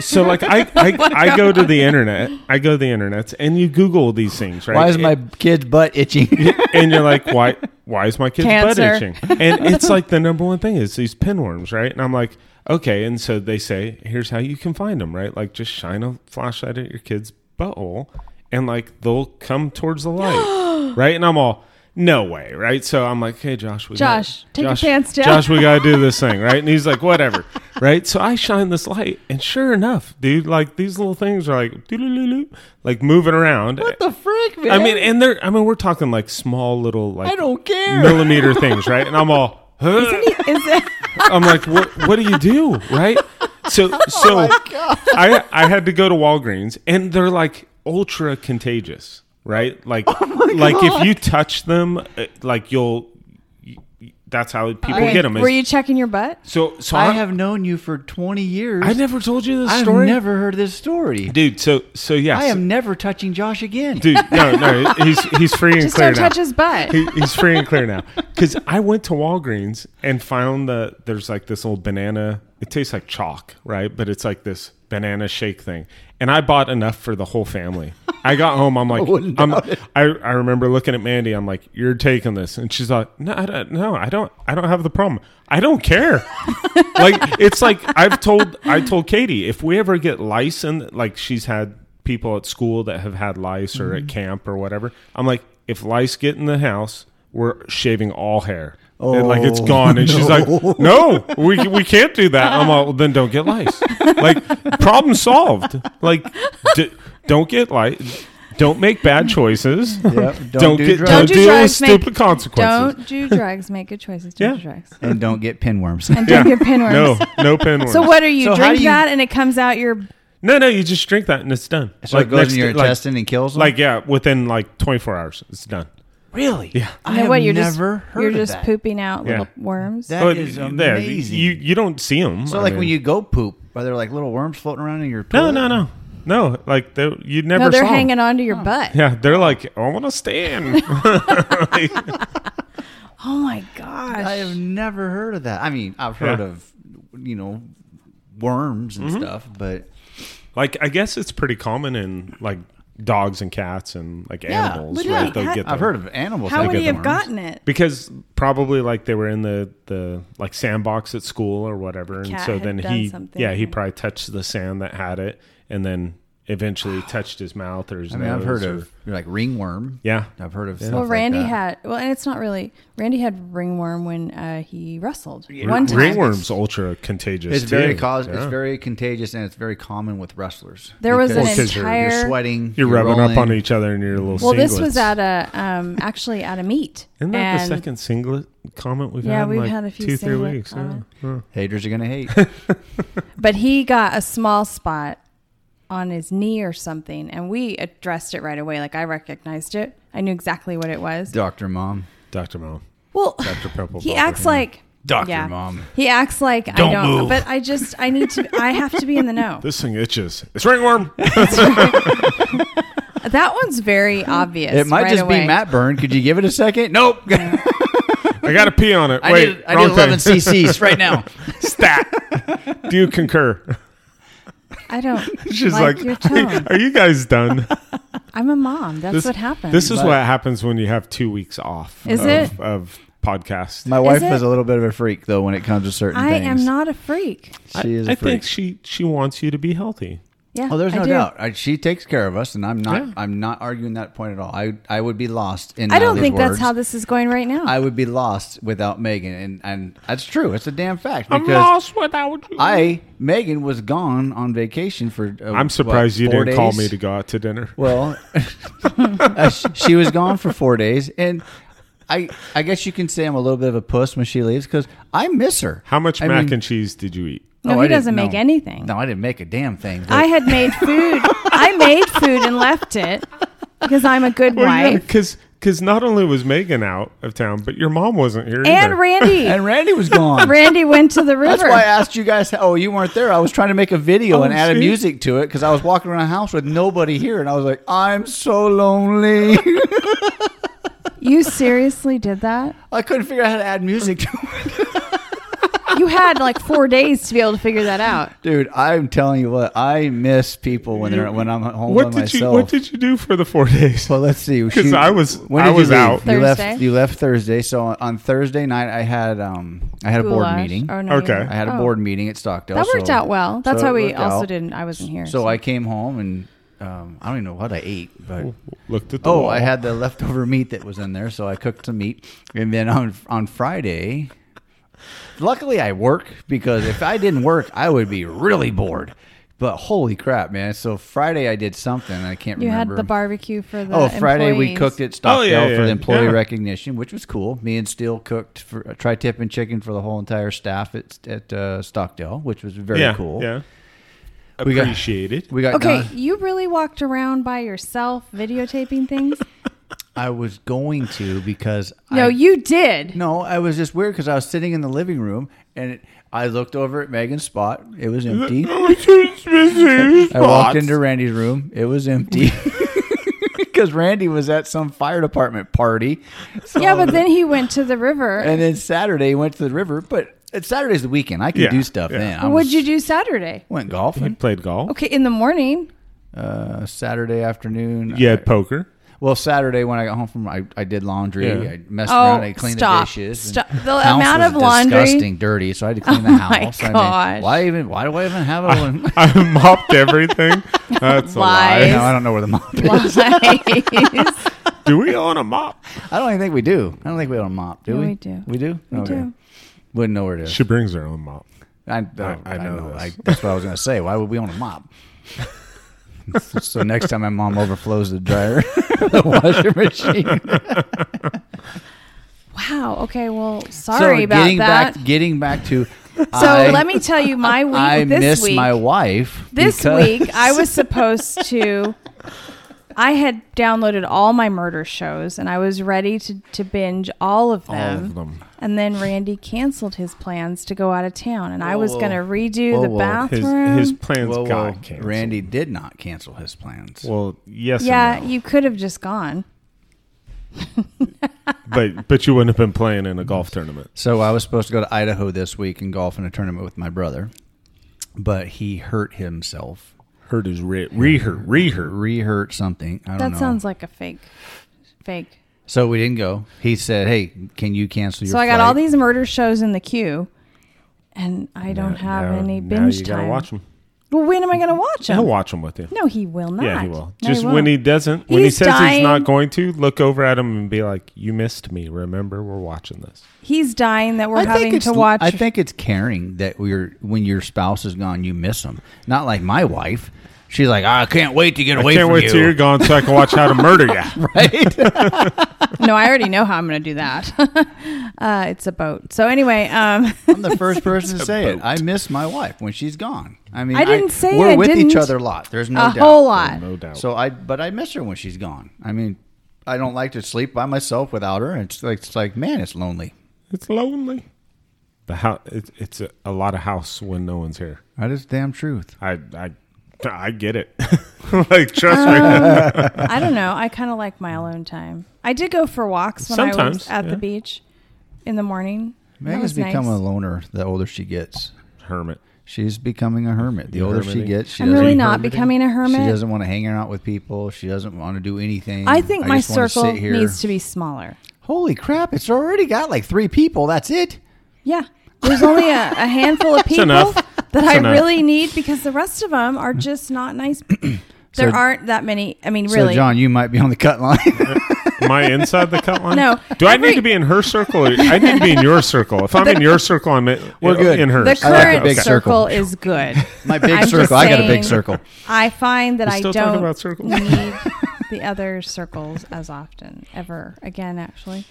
Speaker 3: so like I,
Speaker 2: Oh
Speaker 3: I I go to the internet, I go to the internet, and you Google these things, right?
Speaker 1: Why is
Speaker 3: It-
Speaker 1: my kid's butt itching?
Speaker 3: and you're like, why? Why is my kid's butt
Speaker 2: Cancer.
Speaker 3: itching? And it's like the number one thing is these pinworms, right? And I'm like, okay. And so they say, here's how you can find them, right? Like just shine a flashlight at your kid's butthole, and like they'll come towards the light, right? And I'm all, no way, right? So I'm like, hey, Josh, we got-
Speaker 2: Josh, take your pants down.
Speaker 3: Josh, we gotta do this thing, right? And he's like, whatever, right? So I shine this light, and sure enough, dude, like these little things are like, doo-doo-doo-doo, like moving around.
Speaker 1: what the frick, man?
Speaker 3: I mean, and they're. I mean, we're talking like small little like
Speaker 1: I don't care.
Speaker 3: millimeter things, right? And I'm all, huh?
Speaker 2: Is it?
Speaker 3: I'm like, what? What do you do, right? So,
Speaker 1: Oh
Speaker 3: so I I had to go to Walgreens, and they're like ultra contagious, right? Like,
Speaker 1: Oh
Speaker 3: like if you touch them, uh, like you'll. y- y- That's how people
Speaker 2: Okay,
Speaker 3: get them.
Speaker 2: Were you checking your butt?
Speaker 3: so, so
Speaker 1: I
Speaker 3: I
Speaker 1: have known you for 20 years.
Speaker 3: I never told you this
Speaker 1: I've
Speaker 3: story,
Speaker 1: never heard this story.
Speaker 3: dude. So, so yeah,
Speaker 1: I
Speaker 3: so-
Speaker 1: am never touching Josh again.
Speaker 3: dude. No, no, he's he's free and
Speaker 2: Just
Speaker 3: clear
Speaker 2: don't
Speaker 3: now.
Speaker 2: touch his butt.
Speaker 3: he, he's free and clear now. Because I went to Walgreens and found the there's like this old banana. It tastes like chalk, right? But it's like this banana shake thing. And I bought enough for the whole family. I got home. I'm like,
Speaker 1: wouldn't
Speaker 3: I'm,
Speaker 1: doubt it.
Speaker 3: I, I remember looking at Mandy. I'm like, you're taking this, and she's like, no, I don't, no, I don't, I don't have the problem. I don't care. like it's like I've told I told Katie if we ever get lice and like she's had people at school that have had lice or
Speaker 1: Mm-hmm.
Speaker 3: at camp or whatever. I'm like, if lice get in the house, we're shaving all hair. and like it's
Speaker 1: Oh,
Speaker 3: gone, and she's like, "No, we we can't do that." I'm like, well, "Then don't get lice." Like, problem solved. Like, d- don't get lice. Don't make bad choices.
Speaker 1: don't do
Speaker 3: get
Speaker 1: drugs.
Speaker 3: don't
Speaker 2: Don't do
Speaker 3: deal with
Speaker 2: drugs, make-
Speaker 3: stupid consequences.
Speaker 2: Don't do drugs. Make good choices. Don't
Speaker 3: Yeah.
Speaker 2: do drugs.
Speaker 1: And don't get pinworms.
Speaker 2: And don't get pinworms.
Speaker 3: No, no pinworms.
Speaker 2: So what are you?
Speaker 1: So how
Speaker 2: drink
Speaker 1: do you-
Speaker 2: that and it comes out your.
Speaker 3: No, no, you just drink that and it's done.
Speaker 1: so it goes in your
Speaker 3: day- like-
Speaker 1: intestine and kills them?
Speaker 3: Like, yeah, within like 24 hours, it's done.
Speaker 1: really? Yeah. I
Speaker 2: you know
Speaker 1: have
Speaker 2: what you're
Speaker 1: never
Speaker 2: just
Speaker 1: heard
Speaker 2: you're
Speaker 1: of
Speaker 2: just
Speaker 1: that.
Speaker 2: pooping out
Speaker 3: Yeah.
Speaker 2: little worms.
Speaker 1: That
Speaker 3: But
Speaker 1: is
Speaker 3: Oh, there,
Speaker 1: amazing.
Speaker 3: you you don't see them.
Speaker 1: so, like, when you go poop, are there like little worms floating around in your
Speaker 3: no
Speaker 1: toilet?
Speaker 3: no no no like they you never
Speaker 2: no, they're
Speaker 3: saw 'em.
Speaker 2: hanging onto your butt.
Speaker 3: Yeah, they're like I want to stand.
Speaker 2: Oh my gosh.
Speaker 1: I have never heard of that. I mean, I've heard
Speaker 3: Yeah. Mm-hmm.
Speaker 1: of, you know, worms and stuff, but
Speaker 3: like I guess it's pretty common in like dogs and cats and like animals.
Speaker 2: but
Speaker 3: right?
Speaker 2: yeah,
Speaker 3: They'll
Speaker 2: how-
Speaker 3: get
Speaker 1: I've
Speaker 3: the-
Speaker 1: heard of animals.
Speaker 2: How
Speaker 1: that
Speaker 2: would
Speaker 1: get
Speaker 2: he have
Speaker 1: worms.
Speaker 2: gotten it?
Speaker 3: because probably like they were in the the like sandbox at school or whatever and
Speaker 2: cat
Speaker 3: so
Speaker 2: had
Speaker 3: then
Speaker 2: done
Speaker 3: he
Speaker 2: something.
Speaker 3: yeah he probably touched the sand that had it and then eventually touched his mouth or his
Speaker 1: I mean,
Speaker 3: nose
Speaker 1: I've heard
Speaker 3: or-
Speaker 1: of like ringworm.
Speaker 3: yeah
Speaker 1: I've heard of. Stuff
Speaker 2: Well,
Speaker 1: like
Speaker 2: Randy
Speaker 1: that.
Speaker 2: had. Well, and it's not really. Randy had ringworm when uh, he wrestled one
Speaker 3: Ring-
Speaker 2: time.
Speaker 3: ringworm's ultra contagious
Speaker 1: It's very
Speaker 3: too.
Speaker 1: cause. It's
Speaker 3: Yeah.
Speaker 1: very contagious and it's very common with wrestlers.
Speaker 2: There was an
Speaker 1: Because
Speaker 3: Because you're-
Speaker 2: entire.
Speaker 1: you're sweating.
Speaker 3: you're, rubbing
Speaker 1: rolling.
Speaker 3: up on each other in your little
Speaker 2: well, this was
Speaker 3: singlets.
Speaker 2: at a um, actually at a meet.
Speaker 3: isn't that
Speaker 2: and
Speaker 3: the second singlet comment we've
Speaker 2: Yeah,
Speaker 3: had in,
Speaker 2: we've
Speaker 3: like,
Speaker 2: had a few
Speaker 3: two three
Speaker 2: singlet
Speaker 3: weeks yeah.
Speaker 2: comment.
Speaker 3: Yeah.
Speaker 1: Haters are gonna hate.
Speaker 2: But he got a small spot on his knee or something, and we addressed it right away. Like I recognized it. I knew exactly what it was.
Speaker 1: Doctor Mom.
Speaker 3: Dr. Mom
Speaker 2: Well,
Speaker 3: Dr. Purple
Speaker 2: he
Speaker 3: Bobber.
Speaker 2: acts like
Speaker 1: Doctor
Speaker 2: Yeah.
Speaker 1: Mom.
Speaker 2: he acts like I
Speaker 1: Don't
Speaker 2: don't.
Speaker 1: move.
Speaker 2: But I just I need to. I have to be in the know.
Speaker 3: this thing itches it's ringworm
Speaker 2: That one's very obvious.
Speaker 1: It might
Speaker 2: right
Speaker 1: just
Speaker 2: away.
Speaker 1: be Matt Byrne. Could you give it a second? Nope.
Speaker 3: I gotta pee on it
Speaker 1: I
Speaker 3: wait
Speaker 1: need I
Speaker 3: wrong
Speaker 1: need 11
Speaker 3: thing
Speaker 1: CCs right now.
Speaker 3: stat do you concur
Speaker 2: I don't.
Speaker 3: She's
Speaker 2: like,
Speaker 3: like,
Speaker 2: your tone.
Speaker 3: "Are you guys done?"
Speaker 2: I'm a mom. That's what happens.
Speaker 3: This is
Speaker 1: But-
Speaker 3: what happens when you have two weeks off.
Speaker 2: Is
Speaker 3: of,
Speaker 2: it?
Speaker 3: of podcast?
Speaker 1: My wife
Speaker 2: it-
Speaker 1: is a little bit of a freak though when it comes to certain
Speaker 2: I
Speaker 1: things.
Speaker 2: am not a freak.
Speaker 1: She is a
Speaker 3: I
Speaker 1: freak.
Speaker 3: think she she wants you to be healthy.
Speaker 2: Yeah.
Speaker 1: Oh, there's
Speaker 2: I
Speaker 1: no
Speaker 2: do.
Speaker 1: doubt. I, she takes care of us, and I'm not.
Speaker 3: Yeah.
Speaker 1: I'm not arguing that point at all. I I would be lost in.
Speaker 2: I don't
Speaker 1: Natalie's
Speaker 2: think that's
Speaker 1: words.
Speaker 2: how this is going right now.
Speaker 1: I oh, would be lost without Megan, and and that's true. It's a damn fact
Speaker 3: I'm
Speaker 1: because
Speaker 3: lost without you.
Speaker 1: I Megan was gone on vacation for. Uh,
Speaker 3: I'm surprised
Speaker 1: what,
Speaker 3: you
Speaker 1: four
Speaker 3: didn't call
Speaker 1: days?
Speaker 3: me to go out to dinner.
Speaker 1: Well, uh, sh- she was gone for four days, and I I guess you can say I'm a little bit of a puss when she leaves because I miss her.
Speaker 3: How much
Speaker 1: I
Speaker 3: mac
Speaker 1: mean-
Speaker 3: and cheese did you eat?
Speaker 1: Oh,
Speaker 2: no,
Speaker 1: I
Speaker 2: he
Speaker 1: didn't-
Speaker 2: doesn't make
Speaker 1: no.
Speaker 2: anything.
Speaker 1: No, I didn't make a damn thing. but-
Speaker 2: I had made food. I made food and left it because I'm a good wife.
Speaker 3: because because not only was Megan out of town, but your mom wasn't here. either.
Speaker 2: And Randy.
Speaker 1: and Randy was gone.
Speaker 2: Randy went to the river.
Speaker 1: That's why I asked you guys. Oh, you weren't there. I was trying to make a video
Speaker 3: Oh,
Speaker 1: and add a
Speaker 3: see?
Speaker 1: music to it because I was walking around the house with nobody here, and I was like, "I'm so lonely."
Speaker 2: you seriously did that?
Speaker 1: I couldn't figure out how to add music to it,
Speaker 2: You had like four days to be able to figure that out.
Speaker 1: dude. I'm telling you what, I miss people when they're when I'm home
Speaker 3: what
Speaker 1: by
Speaker 3: did you
Speaker 1: myself.
Speaker 3: what did you do for the four days?
Speaker 1: well, let's see.
Speaker 3: 'Cause
Speaker 1: She-
Speaker 3: I was-
Speaker 1: when
Speaker 3: I
Speaker 1: did you
Speaker 3: was
Speaker 1: leave?
Speaker 3: out.
Speaker 1: You left.
Speaker 2: Thursday?
Speaker 1: You left Thursday. So on, on Thursday night, I had um I had a board
Speaker 2: Goulash.
Speaker 1: meeting.
Speaker 2: Oh, no, you
Speaker 3: Okay.
Speaker 2: didn't.
Speaker 1: I had a
Speaker 2: Oh.
Speaker 1: board meeting at Stockdale.
Speaker 2: That worked
Speaker 1: so-
Speaker 2: out well. That's
Speaker 1: so
Speaker 2: why
Speaker 1: it
Speaker 2: we
Speaker 1: worked
Speaker 2: also
Speaker 1: out.
Speaker 2: didn't. I wasn't here.
Speaker 1: So I came home and um, I don't even know what I ate, but
Speaker 3: Looked at the
Speaker 1: Oh,
Speaker 3: wall.
Speaker 1: I had the leftover meat that was in there, so I cooked some meat. And then on on Friday, luckily I work because if I didn't work, I would be really bored. But holy crap, man! So Friday I did something I can't
Speaker 2: you
Speaker 1: remember.
Speaker 2: had the barbecue for the.
Speaker 1: Oh, Friday we
Speaker 2: employees.
Speaker 1: cooked at Stockdale
Speaker 3: Oh, yeah,
Speaker 1: for
Speaker 3: yeah,
Speaker 1: the employee
Speaker 3: yeah.
Speaker 1: recognition, which was cool. Me and Steele cooked for uh, tri tip and chicken for the whole entire staff at at uh, Stockdale, which was very
Speaker 3: yeah,
Speaker 1: cool.
Speaker 3: Yeah,
Speaker 1: We got-
Speaker 3: appreciated.
Speaker 1: We got
Speaker 2: Okay,
Speaker 1: done-
Speaker 2: you really walked around by yourself videotaping things?
Speaker 1: I was going to because
Speaker 2: no,
Speaker 1: I
Speaker 2: you did.
Speaker 1: No, I was just weird because I was sitting in the living room and it, I looked over at Megan's spot. It was empty. I walked into Randy's room. It was empty because Randy was at some fire department party. So-
Speaker 2: Yeah, but then he went to the river.
Speaker 1: and then Saturday he went to the river. But it's Saturday's the weekend. I can
Speaker 3: Yeah,
Speaker 1: do stuff
Speaker 3: yeah.
Speaker 1: then. I
Speaker 2: What'd
Speaker 1: was-
Speaker 2: you do Saturday?
Speaker 1: Went golfing
Speaker 3: played golf.
Speaker 2: Okay, in the morning.
Speaker 1: uh, Saturday afternoon. Uh,
Speaker 3: You had poker.
Speaker 1: Well, Saturday when I got home from, I, I did laundry.
Speaker 3: Yeah.
Speaker 1: I messed
Speaker 2: Oh,
Speaker 1: around. I cleaned
Speaker 2: stop.
Speaker 1: the dishes. and
Speaker 2: Stop. The
Speaker 1: house
Speaker 2: amount
Speaker 1: was
Speaker 2: of laundry-
Speaker 1: disgusting, dirty. So I had to clean the
Speaker 2: Oh my
Speaker 1: house. I
Speaker 2: gosh.
Speaker 1: why even? Why do I even have a? one?
Speaker 3: I mopped everything. That's a
Speaker 2: Lies.
Speaker 1: no,
Speaker 3: lie.
Speaker 1: I don't know where the mop is.
Speaker 2: Lies. we
Speaker 3: Do we own a mop?
Speaker 1: I don't even think we do. I don't think we have a mop. Do
Speaker 2: No,
Speaker 1: we?
Speaker 2: we do.
Speaker 1: We do. We
Speaker 2: do.
Speaker 1: Wouldn't know where it is.
Speaker 3: She brings her own mop.
Speaker 1: I, I,
Speaker 3: I
Speaker 1: I
Speaker 3: know
Speaker 1: know.
Speaker 3: this.
Speaker 1: I, that's what I was going to say. Why would we own a mop? so next time my mom overflows the dryer, the washer machine.
Speaker 2: Wow. Okay. Well, sorry about
Speaker 1: getting
Speaker 2: that.
Speaker 1: Back, getting back to. So
Speaker 2: so let me tell you my week
Speaker 1: I
Speaker 2: this
Speaker 1: miss
Speaker 2: week.
Speaker 1: my wife.
Speaker 2: this
Speaker 1: because-
Speaker 2: week I was supposed to I had downloaded all my murder shows and I was ready to, to binge all of
Speaker 3: All
Speaker 2: them.
Speaker 3: of them.
Speaker 2: And then Randy canceled his plans to go out of town and I was
Speaker 1: Whoa.
Speaker 2: going to redo
Speaker 1: Whoa,
Speaker 2: the
Speaker 1: whoa.
Speaker 3: His
Speaker 2: bathroom.
Speaker 3: his plans
Speaker 1: Whoa, whoa.
Speaker 3: got canceled.
Speaker 1: Randy did not cancel his plans.
Speaker 3: Well, yes.
Speaker 2: yeah,
Speaker 3: Yeah.
Speaker 2: you could have just gone.
Speaker 3: Oh, but but you wouldn't have been playing in a golf tournament.
Speaker 1: So I was supposed to go to Idaho this week and golf in a tournament with my brother, but he hurt himself.
Speaker 3: Hurt his re reher reher.
Speaker 1: Re-hurt something. I don't
Speaker 2: That
Speaker 1: know.
Speaker 2: sounds like a fake fake.
Speaker 1: so we didn't go. He said, "Hey, can you cancel your?"
Speaker 2: So I got all
Speaker 1: flight?"
Speaker 2: these murder shows in the queue and I don't have
Speaker 3: Now-
Speaker 2: any
Speaker 3: now
Speaker 2: binge
Speaker 3: you gotta
Speaker 2: time.
Speaker 3: watch him.
Speaker 2: Well, when am I going to watch
Speaker 3: He'll
Speaker 2: them?
Speaker 3: watch them with you.
Speaker 2: No, he will not.
Speaker 3: Yeah, he will.
Speaker 2: No,
Speaker 3: Just when he
Speaker 2: won't.
Speaker 3: doesn't, when he
Speaker 2: He's
Speaker 3: says he's
Speaker 2: dying.
Speaker 3: not going to, look over at him and be like, "You missed me. Remember, we're watching this."
Speaker 2: he's dying that we're
Speaker 1: I think
Speaker 2: having
Speaker 1: it's-
Speaker 2: to watch.
Speaker 1: I think it's caring that we're when your spouse is gone, you miss them. Not like my wife. She's like, "Ah, I can't wait to get away
Speaker 3: I can't
Speaker 1: from
Speaker 3: wait
Speaker 1: you.
Speaker 3: till you're gone so I can watch how to murder you.
Speaker 1: right?
Speaker 2: no, I already know how I'm going to do that. uh, it's a boat. So anyway, um,
Speaker 1: I'm the first person to say it. I miss my wife when she's gone. I mean,
Speaker 2: I didn't say
Speaker 1: we're
Speaker 2: I
Speaker 1: with each
Speaker 2: didn't.
Speaker 1: other a lot. There's no
Speaker 2: a
Speaker 1: doubt.
Speaker 2: whole lot.
Speaker 3: No doubt.
Speaker 1: So I, but I miss her when she's gone. I mean, I don't like to sleep by myself without her. It's like it's like man, it's lonely.
Speaker 3: it's lonely. The house. It, it's a, a lot of house when no one's here.
Speaker 1: That is damn truth.
Speaker 3: I I I get it. like trust me.
Speaker 2: Uh. I don't know. I kind of like my alone time. I did go for walks when I was
Speaker 3: Sometimes,
Speaker 2: at
Speaker 3: yeah.
Speaker 2: the beach in the morning. That
Speaker 1: Megan's
Speaker 2: was
Speaker 1: becoming
Speaker 2: nice.
Speaker 1: a loner the older she gets.
Speaker 3: Hermit.
Speaker 1: She's becoming a hermit. The older she
Speaker 3: hermiting?
Speaker 1: gets, she
Speaker 2: I'm
Speaker 1: doesn't.
Speaker 2: really not
Speaker 3: hermiting?
Speaker 2: becoming a hermit.
Speaker 1: She doesn't want to hang out with people. She doesn't want to do anything.
Speaker 2: I think my
Speaker 1: just want to
Speaker 2: circle
Speaker 1: sit here.
Speaker 2: needs to be smaller.
Speaker 1: Holy crap! It's already got like three people. That's it.
Speaker 2: Yeah. There's only a, a handful of people
Speaker 3: enough.
Speaker 2: that that
Speaker 3: So
Speaker 2: I
Speaker 3: no.
Speaker 2: really need because the rest of them are just not nice. there
Speaker 1: So-
Speaker 2: aren't that many. I mean,
Speaker 1: So
Speaker 2: really.
Speaker 1: John, you might be on the cut line.
Speaker 3: Am I inside the cut line?
Speaker 2: No.
Speaker 3: Do I
Speaker 2: Every-
Speaker 3: need to be in her circle? Or I need to be in your circle. If I'm in your circle, I'm in,
Speaker 1: We're good.
Speaker 3: in hers.
Speaker 2: the
Speaker 1: I like the
Speaker 2: current
Speaker 1: big
Speaker 2: circle
Speaker 1: circle.
Speaker 2: is good.
Speaker 1: My big
Speaker 2: I'm just
Speaker 1: circle. I got a
Speaker 2: saying.
Speaker 1: big circle.
Speaker 2: I find that
Speaker 3: We're
Speaker 2: I
Speaker 3: still talking
Speaker 2: don't
Speaker 3: about circles?
Speaker 2: need the other circles as often ever again, actually,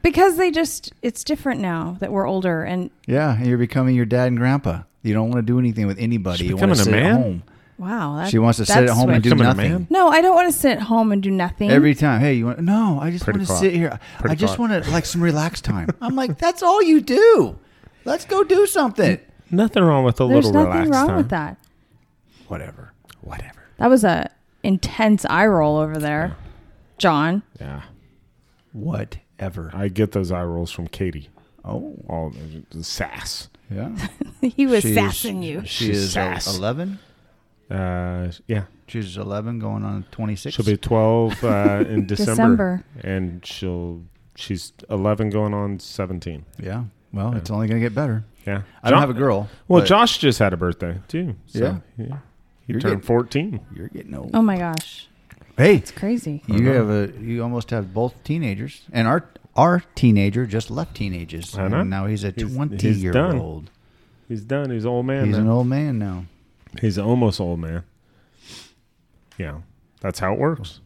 Speaker 2: because they just it's different now that we're older and
Speaker 1: Yeah, you're becoming your dad and grandpa. You don't want to do anything with anybody.
Speaker 3: She's
Speaker 1: you want to
Speaker 3: becoming
Speaker 1: sit
Speaker 3: a man?
Speaker 1: at home.
Speaker 2: wow. That,
Speaker 1: She wants to
Speaker 2: that
Speaker 1: sit at home and do
Speaker 3: Becoming a
Speaker 1: nothing.
Speaker 3: man?
Speaker 2: No, I don't want to sit at home and do nothing.
Speaker 1: Every time, hey, you want? No, I just
Speaker 3: Pretty
Speaker 1: want to
Speaker 3: caught.
Speaker 1: sit here.
Speaker 3: Pretty
Speaker 1: I just
Speaker 3: caught.
Speaker 1: want to like some relaxed time. I'm like, that's all you do. Let's go do something.
Speaker 3: Nothing wrong with a
Speaker 2: There's
Speaker 3: little
Speaker 2: nothing
Speaker 3: relaxed
Speaker 2: wrong
Speaker 3: time.
Speaker 2: with that.
Speaker 1: Whatever. Whatever.
Speaker 2: That was a intense eye roll over there, John.
Speaker 3: Yeah,
Speaker 1: Whatever.
Speaker 3: I get those eye rolls from Katie.
Speaker 1: Oh,
Speaker 3: All the sass.
Speaker 1: yeah.
Speaker 2: he was
Speaker 1: She's-
Speaker 2: sassing you.
Speaker 1: She
Speaker 3: She's
Speaker 1: is
Speaker 3: sass.
Speaker 1: eleven.
Speaker 3: Uh, yeah,
Speaker 1: She's eleven, going on twenty six.
Speaker 3: she'll be 12 uh, in December,
Speaker 2: December.
Speaker 3: and she'll she's 11 going on 17.
Speaker 1: Yeah. Well, it's only going to get better.
Speaker 3: Yeah,
Speaker 1: I don't
Speaker 3: Jo-
Speaker 1: have a girl.
Speaker 3: Well,
Speaker 1: but
Speaker 3: Josh just had a birthday too. So, yeah, he
Speaker 1: You're
Speaker 3: turned
Speaker 1: getting-
Speaker 3: 14.
Speaker 1: You're getting old.
Speaker 2: Oh my gosh,
Speaker 1: hey,
Speaker 2: crazy.
Speaker 1: you have a you almost have both teenagers, and our our teenager just left teenagers,
Speaker 3: I know.
Speaker 1: and now he's a
Speaker 3: He's- he's
Speaker 1: twenty year
Speaker 3: done.
Speaker 1: old.
Speaker 3: He's done. He's an old man.
Speaker 1: He's
Speaker 3: now.
Speaker 1: an old man now.
Speaker 3: He's almost old man. Yeah, that's how it works.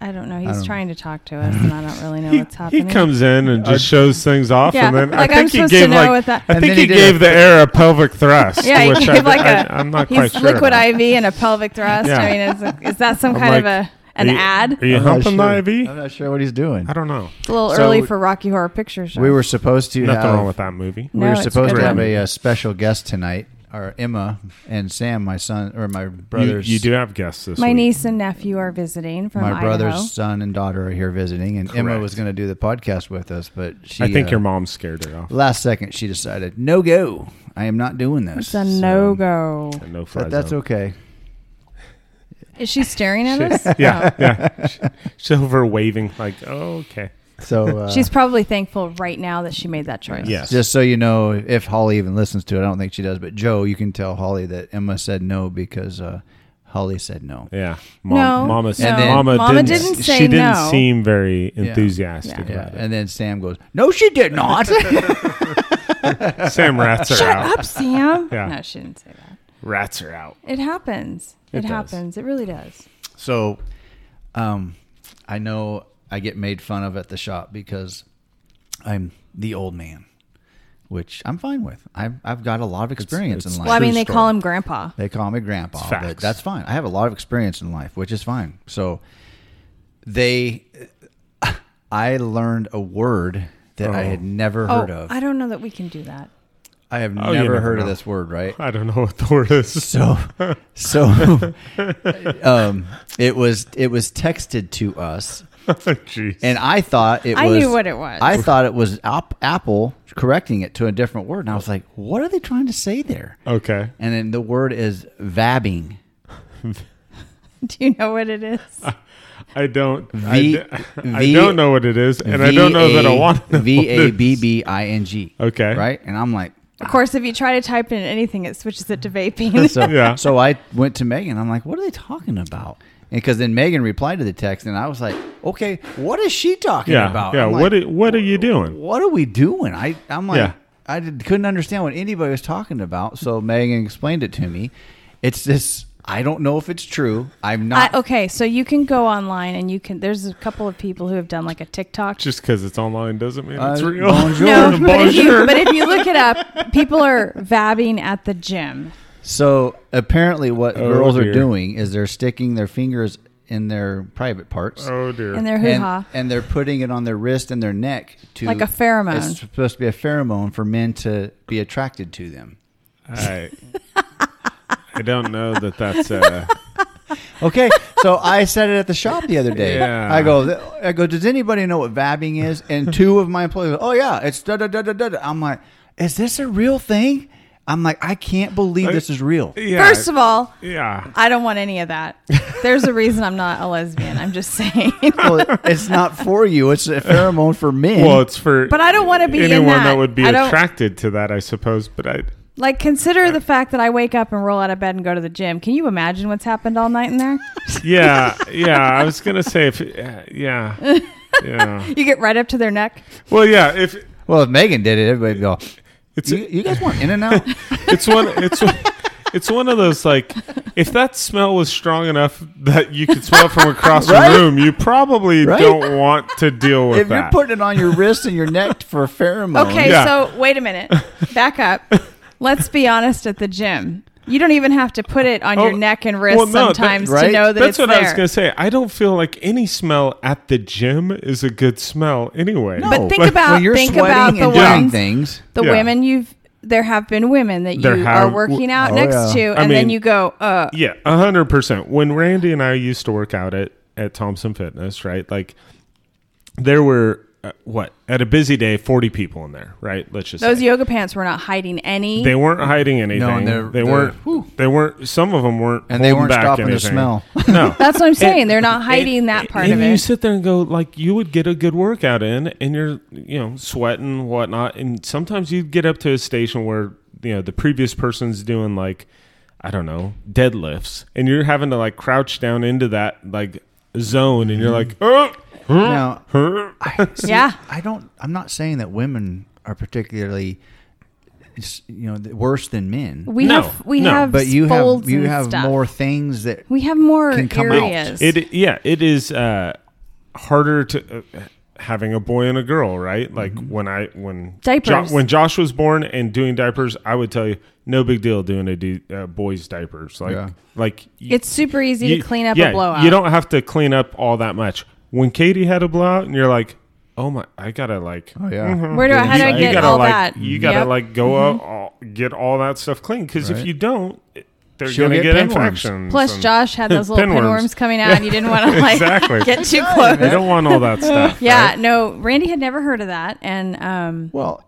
Speaker 2: I don't know. He's
Speaker 1: don't-
Speaker 2: trying to talk to us, and I don't really know what's
Speaker 3: He
Speaker 2: happening. Uh,
Speaker 3: comes in and just shows things off,
Speaker 2: Yeah,
Speaker 3: and then
Speaker 2: like,
Speaker 3: I
Speaker 2: I'm
Speaker 3: think he
Speaker 2: supposed to
Speaker 3: gave
Speaker 2: know
Speaker 3: like
Speaker 2: what that-
Speaker 3: I
Speaker 1: And
Speaker 3: think
Speaker 1: then
Speaker 3: he,
Speaker 1: he did
Speaker 3: gave
Speaker 1: a-
Speaker 3: the air a pelvic thrust.
Speaker 2: Yeah, he
Speaker 3: which
Speaker 2: gave
Speaker 3: I,
Speaker 2: like
Speaker 3: I,
Speaker 2: a-
Speaker 3: I'm not
Speaker 2: He's
Speaker 3: quite sure.
Speaker 2: liquid
Speaker 3: about.
Speaker 2: IV and a pelvic thrust.
Speaker 3: Yeah.
Speaker 2: I mean, is, it- is that some
Speaker 3: I'm
Speaker 2: kind of
Speaker 3: like,
Speaker 2: a an
Speaker 3: Are you-
Speaker 2: ad?
Speaker 3: Are you
Speaker 1: I'm not
Speaker 3: humping
Speaker 1: Uh, sure.
Speaker 3: the
Speaker 1: I'm
Speaker 3: IV?
Speaker 1: not sure what he's doing.
Speaker 3: I don't know.
Speaker 2: It's a little
Speaker 3: So-
Speaker 2: early for Rocky Horror Picture Show.
Speaker 1: We were supposed to
Speaker 3: Nothing
Speaker 1: have
Speaker 3: wrong with that movie.
Speaker 1: we
Speaker 2: No,
Speaker 1: were
Speaker 2: it's
Speaker 1: supposed
Speaker 2: good.
Speaker 1: to have a, uh special guest tonight. Our Emma and Sam, my son or my
Speaker 3: You,
Speaker 1: brother's
Speaker 3: you do have guests this
Speaker 2: My
Speaker 3: week.
Speaker 2: niece and nephew are visiting from
Speaker 1: my
Speaker 2: Idaho.
Speaker 1: brother's son and daughter are here visiting, and Emma
Speaker 3: Correct.
Speaker 1: was going to do the podcast with us, but she
Speaker 3: I think
Speaker 1: uh,
Speaker 3: your mom scared it off.
Speaker 1: last second she decided no go. I am not doing this.
Speaker 2: It's
Speaker 1: So-
Speaker 2: a no go.
Speaker 3: And no flies.
Speaker 1: But that's
Speaker 3: out.
Speaker 1: okay.
Speaker 2: Is she staring at us?
Speaker 3: Yeah, yeah. She- She's over waving like, oh, okay.
Speaker 1: So uh,
Speaker 2: No. She's probably thankful right now that she made that choice.
Speaker 3: Yes.
Speaker 1: Just so you know, if Holly even listens to it, I don't think she does. But Joe, you can tell Holly that Emma said no because uh, Holly said no.
Speaker 3: Yeah.
Speaker 2: No,
Speaker 3: Mama,
Speaker 2: no.
Speaker 1: And then-
Speaker 3: Mama,
Speaker 2: Mama
Speaker 3: didn't,
Speaker 2: didn't
Speaker 3: she
Speaker 2: say
Speaker 3: didn't
Speaker 2: no.
Speaker 3: seem very enthusiastic
Speaker 1: Yeah.
Speaker 3: about it.
Speaker 1: And then Sam goes, "No, she did not."
Speaker 3: Sam rats her
Speaker 2: Shut
Speaker 3: out.
Speaker 2: up, Sam.
Speaker 3: Yeah.
Speaker 2: No, she didn't say that.
Speaker 3: Rats her out.
Speaker 2: It happens. It,
Speaker 3: It does.
Speaker 2: happens. It really does.
Speaker 1: so, um, I know I get made fun of at the shop because I'm the old man, which I'm fine with. I've I've got a lot of experience
Speaker 3: it's
Speaker 1: in life.
Speaker 2: Well, I
Speaker 3: True
Speaker 2: mean, they
Speaker 3: story.
Speaker 2: call him Grandpa.
Speaker 1: They call me grandpa,
Speaker 3: It's
Speaker 1: but
Speaker 3: facts.
Speaker 1: that's fine. I have a lot of experience in life, which is fine. So they I learned a word that I
Speaker 3: Oh.
Speaker 1: had never
Speaker 2: Oh,
Speaker 1: heard of.
Speaker 2: I don't know that we can do that.
Speaker 1: I have
Speaker 3: Oh, you
Speaker 1: never
Speaker 3: never
Speaker 1: heard of
Speaker 3: know.
Speaker 1: this word, right?
Speaker 3: I don't know what the word is.
Speaker 1: So so um it was it was texted to us
Speaker 3: Jeez.
Speaker 1: and I thought it
Speaker 2: I
Speaker 1: was
Speaker 2: knew what it was.
Speaker 1: I thought it was Op- Apple correcting it to a different word and I was like, what are they trying to say there?
Speaker 3: okay.
Speaker 1: And then the word is vabbing.
Speaker 2: Do you know what it is?
Speaker 3: I don't. I
Speaker 1: V-
Speaker 3: d- I
Speaker 1: V-
Speaker 3: don't know what it is, and I don't know that I want to. know
Speaker 1: V
Speaker 3: what
Speaker 1: A
Speaker 3: it is.
Speaker 1: B B I N G.
Speaker 3: Okay.
Speaker 1: Right? And I'm like,
Speaker 2: Of course, if you try to type in anything, it switches it to vaping.
Speaker 1: so,
Speaker 3: Yeah.
Speaker 1: so I went to Megan. I'm like, what are they talking about? And because then Megan replied to the text, and I was like, okay, what is she talking
Speaker 3: Yeah.
Speaker 1: about?
Speaker 3: Yeah.
Speaker 1: I'm
Speaker 3: what?
Speaker 1: like,
Speaker 3: Are, what are you doing?
Speaker 1: what are we doing? I, I'm like,
Speaker 3: Yeah.
Speaker 1: I did, couldn't understand what anybody was talking about. So Megan explained it to me. It's this, I don't know if it's true. I'm
Speaker 2: I,
Speaker 1: not.
Speaker 2: okay, so you can go online and you can. There's a couple of people who have done like a TikTok.
Speaker 3: Just because it's online doesn't mean it's
Speaker 1: Uh,
Speaker 3: real.
Speaker 1: bonjour.
Speaker 2: oh. no,
Speaker 1: Jordan
Speaker 2: but if, you,
Speaker 3: Bonjour.
Speaker 2: but if you look it up, people are vabbing at the gym.
Speaker 1: So apparently, what
Speaker 3: Oh,
Speaker 1: girls
Speaker 3: dear.
Speaker 1: are doing is they're sticking their fingers in their private parts.
Speaker 3: Oh dear.
Speaker 2: And they're hoo
Speaker 1: and,
Speaker 2: ha.
Speaker 1: and they're putting it on their wrist and their neck to
Speaker 2: Like a pheromone.
Speaker 1: It's supposed to be a pheromone for men to be attracted to them.
Speaker 3: I, I don't know that that's. Uh,
Speaker 1: Okay, so I said it at the shop the other day.
Speaker 3: Yeah.
Speaker 1: I go, I go. Does anybody know what vabbing is? And two of my employees, go, oh yeah, it's da da da da da. da." I'm like, is this a real thing? I'm like, I can't believe this is real.
Speaker 3: yeah.
Speaker 2: First of all,
Speaker 3: yeah.
Speaker 2: I don't want any of that. There's a reason I'm not a lesbian. I'm just saying.
Speaker 1: Well, it's not for you. It's a pheromone for men.
Speaker 3: Well, it's for.
Speaker 2: But I don't wanna be in
Speaker 3: anyone
Speaker 2: that.
Speaker 3: would be
Speaker 2: I don't-
Speaker 3: attracted to that, I suppose. But I,
Speaker 2: Like, consider the fact that I wake up and roll out of bed and go to the gym. Can you imagine what's happened all night in there?
Speaker 3: Yeah, yeah. I was gonna say if yeah, yeah, yeah.
Speaker 2: You get right up to their neck.
Speaker 3: Well, yeah. If
Speaker 1: Well, if Megan did it, everybody'd go.
Speaker 3: it's
Speaker 1: You, you guys want in and out?
Speaker 3: it's one it's one- it's one of those like if that smell was strong enough that you could smell it from across
Speaker 1: Right?
Speaker 3: the room, you probably
Speaker 1: Right?
Speaker 3: don't want to deal with
Speaker 1: if you're
Speaker 3: that.
Speaker 1: putting it on your wrist and your neck for pheromone,
Speaker 2: Okay,
Speaker 3: Yeah.
Speaker 2: so wait a minute. Back up. Let's be honest at the gym. You don't even have to put it on
Speaker 3: Oh,
Speaker 2: your neck and wrist
Speaker 3: well, no, that-
Speaker 2: sometimes to
Speaker 1: right?
Speaker 2: know that it's
Speaker 3: That's what
Speaker 2: there.
Speaker 3: I was gonna say. I don't feel like any smell at the gym is a good smell anyway.
Speaker 1: No.
Speaker 2: But think about-
Speaker 1: when you're
Speaker 2: think
Speaker 1: sweating
Speaker 2: about the
Speaker 1: and doing
Speaker 2: ones-
Speaker 1: things.
Speaker 2: the
Speaker 3: Yeah.
Speaker 2: women you've there have been women that
Speaker 3: There
Speaker 2: you
Speaker 3: have-
Speaker 2: are working out
Speaker 1: Oh,
Speaker 2: next
Speaker 1: yeah.
Speaker 2: to, and
Speaker 3: I
Speaker 2: then
Speaker 3: mean-
Speaker 2: you go, uh,
Speaker 3: Yeah, a hundred percent. When Randy and I used to work out at at Thompson Fitness, right? Like there were uh, what at a busy day, forty people in there, right? Let's just
Speaker 2: those
Speaker 3: say.
Speaker 2: yoga pants were not hiding any.
Speaker 3: They weren't hiding anything.
Speaker 1: they're-
Speaker 3: they
Speaker 1: they're-
Speaker 3: weren't.
Speaker 1: whew.
Speaker 3: They weren't. Some of them weren't.
Speaker 1: And they
Speaker 3: holding
Speaker 1: weren't
Speaker 3: back
Speaker 1: stopping to
Speaker 3: anything.
Speaker 1: smell.
Speaker 3: No.
Speaker 2: That's what I'm saying. They're not hiding that part
Speaker 3: and
Speaker 2: of
Speaker 3: you
Speaker 2: it.
Speaker 3: sit there and go like you would get a good workout in, and you're you know sweating whatnot, and sometimes you get up to a station where you know the previous person's doing like I don't know deadlifts, and you're having to like crouch down into that like zone, and you're like oh,
Speaker 2: Uh,
Speaker 1: Now,
Speaker 3: huh.
Speaker 2: yeah.
Speaker 1: I don't. I'm not saying that women are particularly, s- you know, th- worse than men.
Speaker 2: We
Speaker 3: No,
Speaker 2: have we
Speaker 3: no.
Speaker 2: have
Speaker 1: But you
Speaker 2: folds
Speaker 1: have you
Speaker 2: and
Speaker 1: have
Speaker 2: stuff.
Speaker 1: more things that
Speaker 2: We have more
Speaker 1: can come out.
Speaker 2: areas.
Speaker 3: It yeah, it is uh, harder to uh, having a boy and a girl, right? Like when I
Speaker 2: Mm-hmm.
Speaker 3: when
Speaker 2: Diapers.
Speaker 3: when Josh was born and doing diapers, I would tell you no big deal doing a du- uh, boy's diapers. Like
Speaker 1: Yeah.
Speaker 3: like you,
Speaker 2: it's super easy to clean up
Speaker 3: yeah,
Speaker 2: a blowout.
Speaker 3: You don't have to clean up all that much. When Katie had a blowout, and you're like, oh my, I gotta like. mm-hmm,
Speaker 1: Oh yeah.
Speaker 2: Where do I? How do
Speaker 3: you,
Speaker 2: I
Speaker 3: you
Speaker 2: get
Speaker 3: gotta
Speaker 2: all
Speaker 3: like,
Speaker 2: that?
Speaker 3: You gotta
Speaker 2: Yep. Mm-hmm.
Speaker 3: like go out, all, get all that stuff clean because if
Speaker 1: Right.
Speaker 3: you don't, it- they're
Speaker 1: She'll
Speaker 3: gonna
Speaker 1: get
Speaker 3: get,
Speaker 1: pinworms.
Speaker 3: infections.
Speaker 2: Plus,
Speaker 3: and-
Speaker 2: Josh had those little
Speaker 3: Pinworms.
Speaker 2: pinworms coming out, and you didn't want to like
Speaker 3: Exactly.
Speaker 2: get too
Speaker 3: You
Speaker 2: close.
Speaker 3: don't want all that stuff.
Speaker 2: Yeah,
Speaker 3: right?
Speaker 2: no, Randy had never heard of that, and um,
Speaker 1: Well,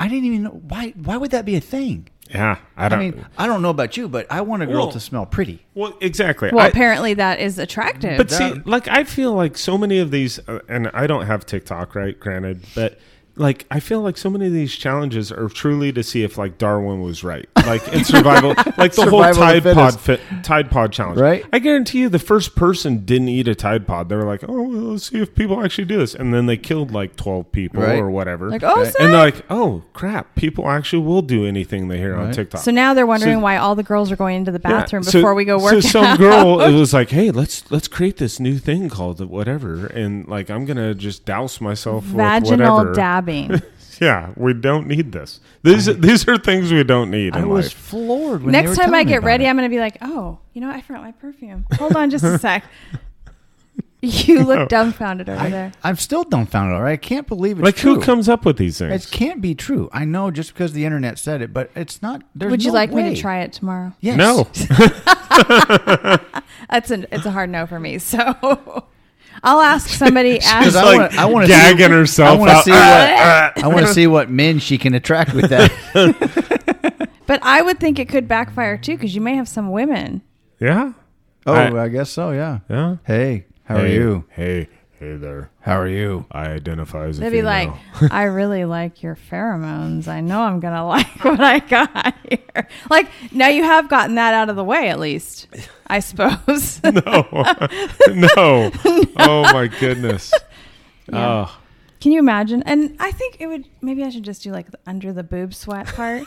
Speaker 1: I didn't even know why. Why would that be a thing?
Speaker 3: Yeah. I
Speaker 1: I
Speaker 3: don't.
Speaker 1: mean, I don't know about you, but I want a girl
Speaker 3: Well-
Speaker 1: to smell pretty.
Speaker 3: well, exactly.
Speaker 2: well,
Speaker 3: I-
Speaker 2: apparently that is attractive.
Speaker 3: but
Speaker 1: that-
Speaker 3: see, like, I feel like so many of these, uh, and I don't have TikTok, right? Granted, but like, I feel like so many of these challenges are truly to see if like Darwin was right, like in survival, like the
Speaker 1: Survival
Speaker 3: whole
Speaker 1: of the
Speaker 3: Tide Pod,
Speaker 1: fittest.
Speaker 3: fit, Tide Pod challenge,
Speaker 1: Right.
Speaker 3: I guarantee you, the first person didn't eat a Tide Pod. They were like, oh, well, let's see if people actually do this, and then they killed like twelve people
Speaker 1: Right.
Speaker 3: or whatever.
Speaker 2: like, oh,
Speaker 1: Right.
Speaker 2: so,
Speaker 3: and they're like, oh crap, people actually will do anything they hear on
Speaker 1: Right.
Speaker 3: TikTok.
Speaker 2: so now they're wondering
Speaker 3: So-
Speaker 2: why all the girls are going into the
Speaker 3: Yeah,
Speaker 2: bathroom
Speaker 3: so-
Speaker 2: before we go work.
Speaker 3: So some girl it was like, "Hey, let's let's create this new thing called whatever," and like I'm gonna just douse myself with
Speaker 2: Vaginal
Speaker 3: whatever.
Speaker 2: dabbing.
Speaker 3: yeah, we don't need this. These these are things we don't need
Speaker 1: I
Speaker 3: in
Speaker 1: was
Speaker 3: life.
Speaker 1: floored. When they were
Speaker 2: Next time
Speaker 1: telling
Speaker 2: I
Speaker 1: me
Speaker 2: get
Speaker 1: about
Speaker 2: ready,
Speaker 1: it.
Speaker 2: I'm going to be like, oh, you know, I forgot my perfume. Hold on just a sec. You look dumbfounded over there.
Speaker 1: I'm still dumbfounded. All right, I can't believe it's
Speaker 3: Like,
Speaker 1: true.
Speaker 3: who comes up with these things?
Speaker 1: It can't be true. I know just because the internet said it, but it's not. There's
Speaker 2: Would you
Speaker 1: no
Speaker 2: like me
Speaker 1: way.
Speaker 2: to try it tomorrow?
Speaker 1: Yes.
Speaker 3: No,
Speaker 2: That's an, it's a hard no for me. So I'll ask somebody.
Speaker 1: Because
Speaker 2: Ask,
Speaker 1: I
Speaker 3: like
Speaker 1: want. I want to
Speaker 3: gagging
Speaker 1: see,
Speaker 3: herself
Speaker 1: I want to
Speaker 3: out.
Speaker 1: see what. I want to see what men she can attract with that.
Speaker 2: but I would think it could backfire too because you may have some women.
Speaker 3: yeah,
Speaker 1: Oh,
Speaker 3: I-
Speaker 1: I, guess so. Yeah.
Speaker 3: yeah.
Speaker 1: Hey, how are
Speaker 3: Hey,
Speaker 1: you?
Speaker 3: Hey, hey there.
Speaker 1: How are you?
Speaker 3: I identify as a
Speaker 2: They'd be like,
Speaker 3: female.
Speaker 2: I really like your pheromones. I know I'm going to like what I got here. Like, now you have gotten that out of the way, at least, I suppose.
Speaker 3: no. Oh my goodness. Oh,
Speaker 2: Can you imagine? And I think it would, maybe I should just do like the under the boob sweat part.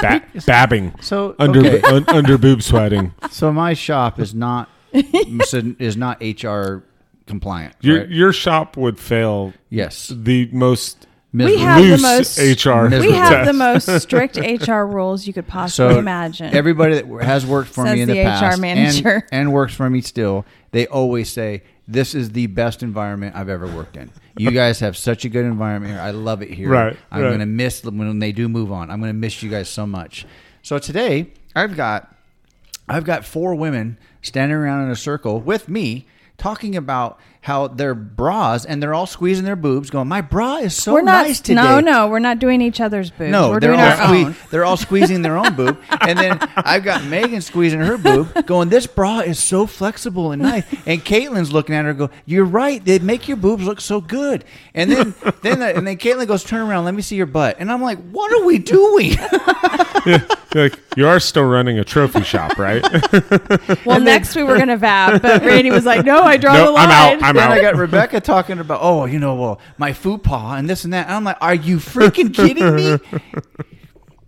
Speaker 3: ba- babbing
Speaker 1: So
Speaker 3: under
Speaker 1: okay.
Speaker 3: un- under boob sweating.
Speaker 1: so my shop is not is not HR compliant.
Speaker 3: Your
Speaker 1: right?
Speaker 3: your shop would fail
Speaker 1: Yes.
Speaker 3: the most
Speaker 2: we
Speaker 1: Miserable.
Speaker 2: have the
Speaker 3: loose
Speaker 2: most,
Speaker 3: HR.
Speaker 1: Miserable.
Speaker 2: we have the
Speaker 3: test.
Speaker 2: most strict HR rules you could possibly
Speaker 1: So
Speaker 2: imagine.
Speaker 1: everybody that has worked for
Speaker 2: Says
Speaker 1: me in the,
Speaker 2: the HR
Speaker 1: past
Speaker 2: manager.
Speaker 1: And, and works for me still, they always say this is the best environment I've ever worked in. You guys have such a good environment here. I love it here.
Speaker 3: Right,
Speaker 1: I'm
Speaker 3: right.
Speaker 1: going to miss them when they do move on. I'm going to miss you guys so much. So today I've got I've got four women standing around in a circle with me talking about how their bras and they're all squeezing their boobs, going, "My bra is so
Speaker 2: we're not.
Speaker 1: nice today."
Speaker 2: No, no, we're not doing each other's boobs.
Speaker 1: No,
Speaker 2: we're
Speaker 1: they're
Speaker 2: doing
Speaker 1: all
Speaker 2: our
Speaker 1: sque-
Speaker 2: own.
Speaker 1: they're all squeezing their own boob, and then I've got Megan squeezing her boob, going, "This bra is so flexible and nice." And Caitlin's looking at her, go, "You're right. They make your boobs look so good." And then, then, the, and then Caitlin goes, "Turn around, let me see your butt." And I'm like, "What are we doing?"
Speaker 3: Like you are still running a trophy shop, right?
Speaker 2: Well, next we were gonna vap, but Randy was like, "No, I draw the
Speaker 3: no,
Speaker 2: line."
Speaker 3: I'm out. I'm
Speaker 1: then I got
Speaker 3: out.
Speaker 1: Rebecca talking about, "Oh, you know, well, my fupa and this and that." And I'm like, "Are you freaking kidding me?"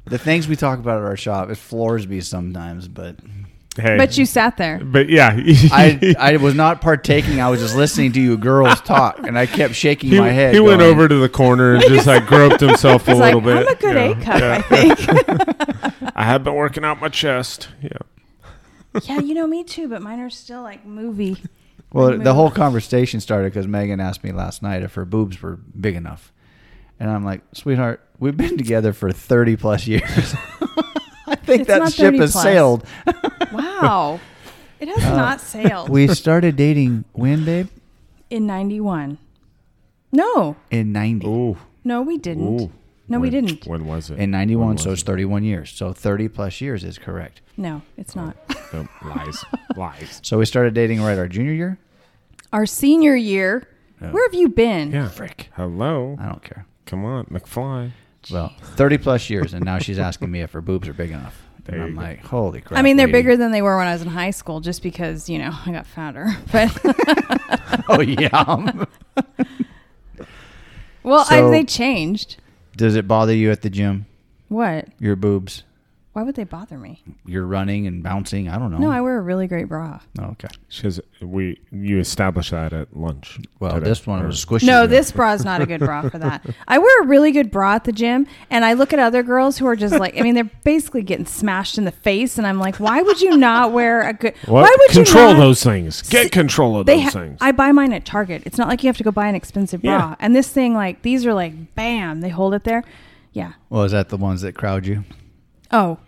Speaker 1: The things we talk about at our shop it floors me sometimes, but
Speaker 3: Hey,
Speaker 2: but you sat there.
Speaker 3: But yeah,
Speaker 1: I I was not partaking. I was just listening to you girls talk, and I kept shaking
Speaker 3: he,
Speaker 1: my head.
Speaker 3: he went
Speaker 1: going,
Speaker 3: over to the corner and just like groped himself a
Speaker 2: He's like,
Speaker 3: little bit.
Speaker 2: "I'm a good
Speaker 3: Yeah,
Speaker 2: A cup,
Speaker 3: yeah.
Speaker 2: I think."
Speaker 3: I have been working out my chest. Yeah.
Speaker 2: yeah, you know me too, but mine are still like movie.
Speaker 1: Well, the whole conversation started because Megan asked me last night if her boobs were big enough, and I'm like, "Sweetheart, we've been together for thirty plus years. I think
Speaker 2: It's
Speaker 1: that
Speaker 2: not
Speaker 1: ship
Speaker 2: 30
Speaker 1: has
Speaker 2: plus.
Speaker 1: sailed.
Speaker 2: Wow, it has
Speaker 3: Uh,
Speaker 2: not sailed
Speaker 1: We started dating when, babe?
Speaker 2: in '91. No,
Speaker 1: In ninety.
Speaker 3: Ooh.
Speaker 2: no, we didn't.
Speaker 3: Ooh.
Speaker 2: No, we
Speaker 3: When-
Speaker 2: didn't.
Speaker 3: When was it?
Speaker 1: In 91,
Speaker 3: When
Speaker 1: so
Speaker 3: was
Speaker 1: it's 31 years. So 30 plus years is correct.
Speaker 2: No, it's not.
Speaker 3: it? Nope. lies, lies.
Speaker 1: So we started dating right our junior year?
Speaker 2: Our senior year. Where have you been?
Speaker 3: Yeah.
Speaker 1: Frick.
Speaker 3: Hello.
Speaker 1: I don't care.
Speaker 3: Come on, McFly.
Speaker 1: Well, 30 plus years, and now she's asking me if her boobs are big enough. And
Speaker 3: There you
Speaker 1: I'm
Speaker 3: go.
Speaker 1: like, holy crap.
Speaker 2: I mean, they're
Speaker 1: lady.
Speaker 2: bigger than they were when I was in high school, just because you know I got fatter. But
Speaker 1: Oh, yeah.
Speaker 2: well,
Speaker 1: So-
Speaker 2: I, they changed.
Speaker 1: Does it bother you at the gym,
Speaker 2: What?
Speaker 1: your boobs?
Speaker 2: Why would they bother me?
Speaker 1: You're running and bouncing. I don't know.
Speaker 2: No, I wear a really great bra.
Speaker 1: Oh, okay.
Speaker 3: Because we you established that at lunch.
Speaker 1: Well,
Speaker 3: today.
Speaker 1: this one
Speaker 3: Or-
Speaker 1: was squishy.
Speaker 2: No, this bra is not a good bra for that. I wear a really good bra at the gym, and I look at other girls who are just like, I mean, they're basically getting smashed in the face, and I'm like, why would you not wear a good?
Speaker 3: What?
Speaker 2: Why would
Speaker 3: control
Speaker 2: you not?
Speaker 3: those things? Get control of
Speaker 2: They
Speaker 3: those
Speaker 2: ha-
Speaker 3: things.
Speaker 2: I buy mine at Target. It's not like you have to go buy an expensive bra.
Speaker 3: Yeah.
Speaker 2: And this thing, like these are like, bam, they hold it there. Yeah.
Speaker 1: Well, is that the ones that crowd you?
Speaker 2: Oh,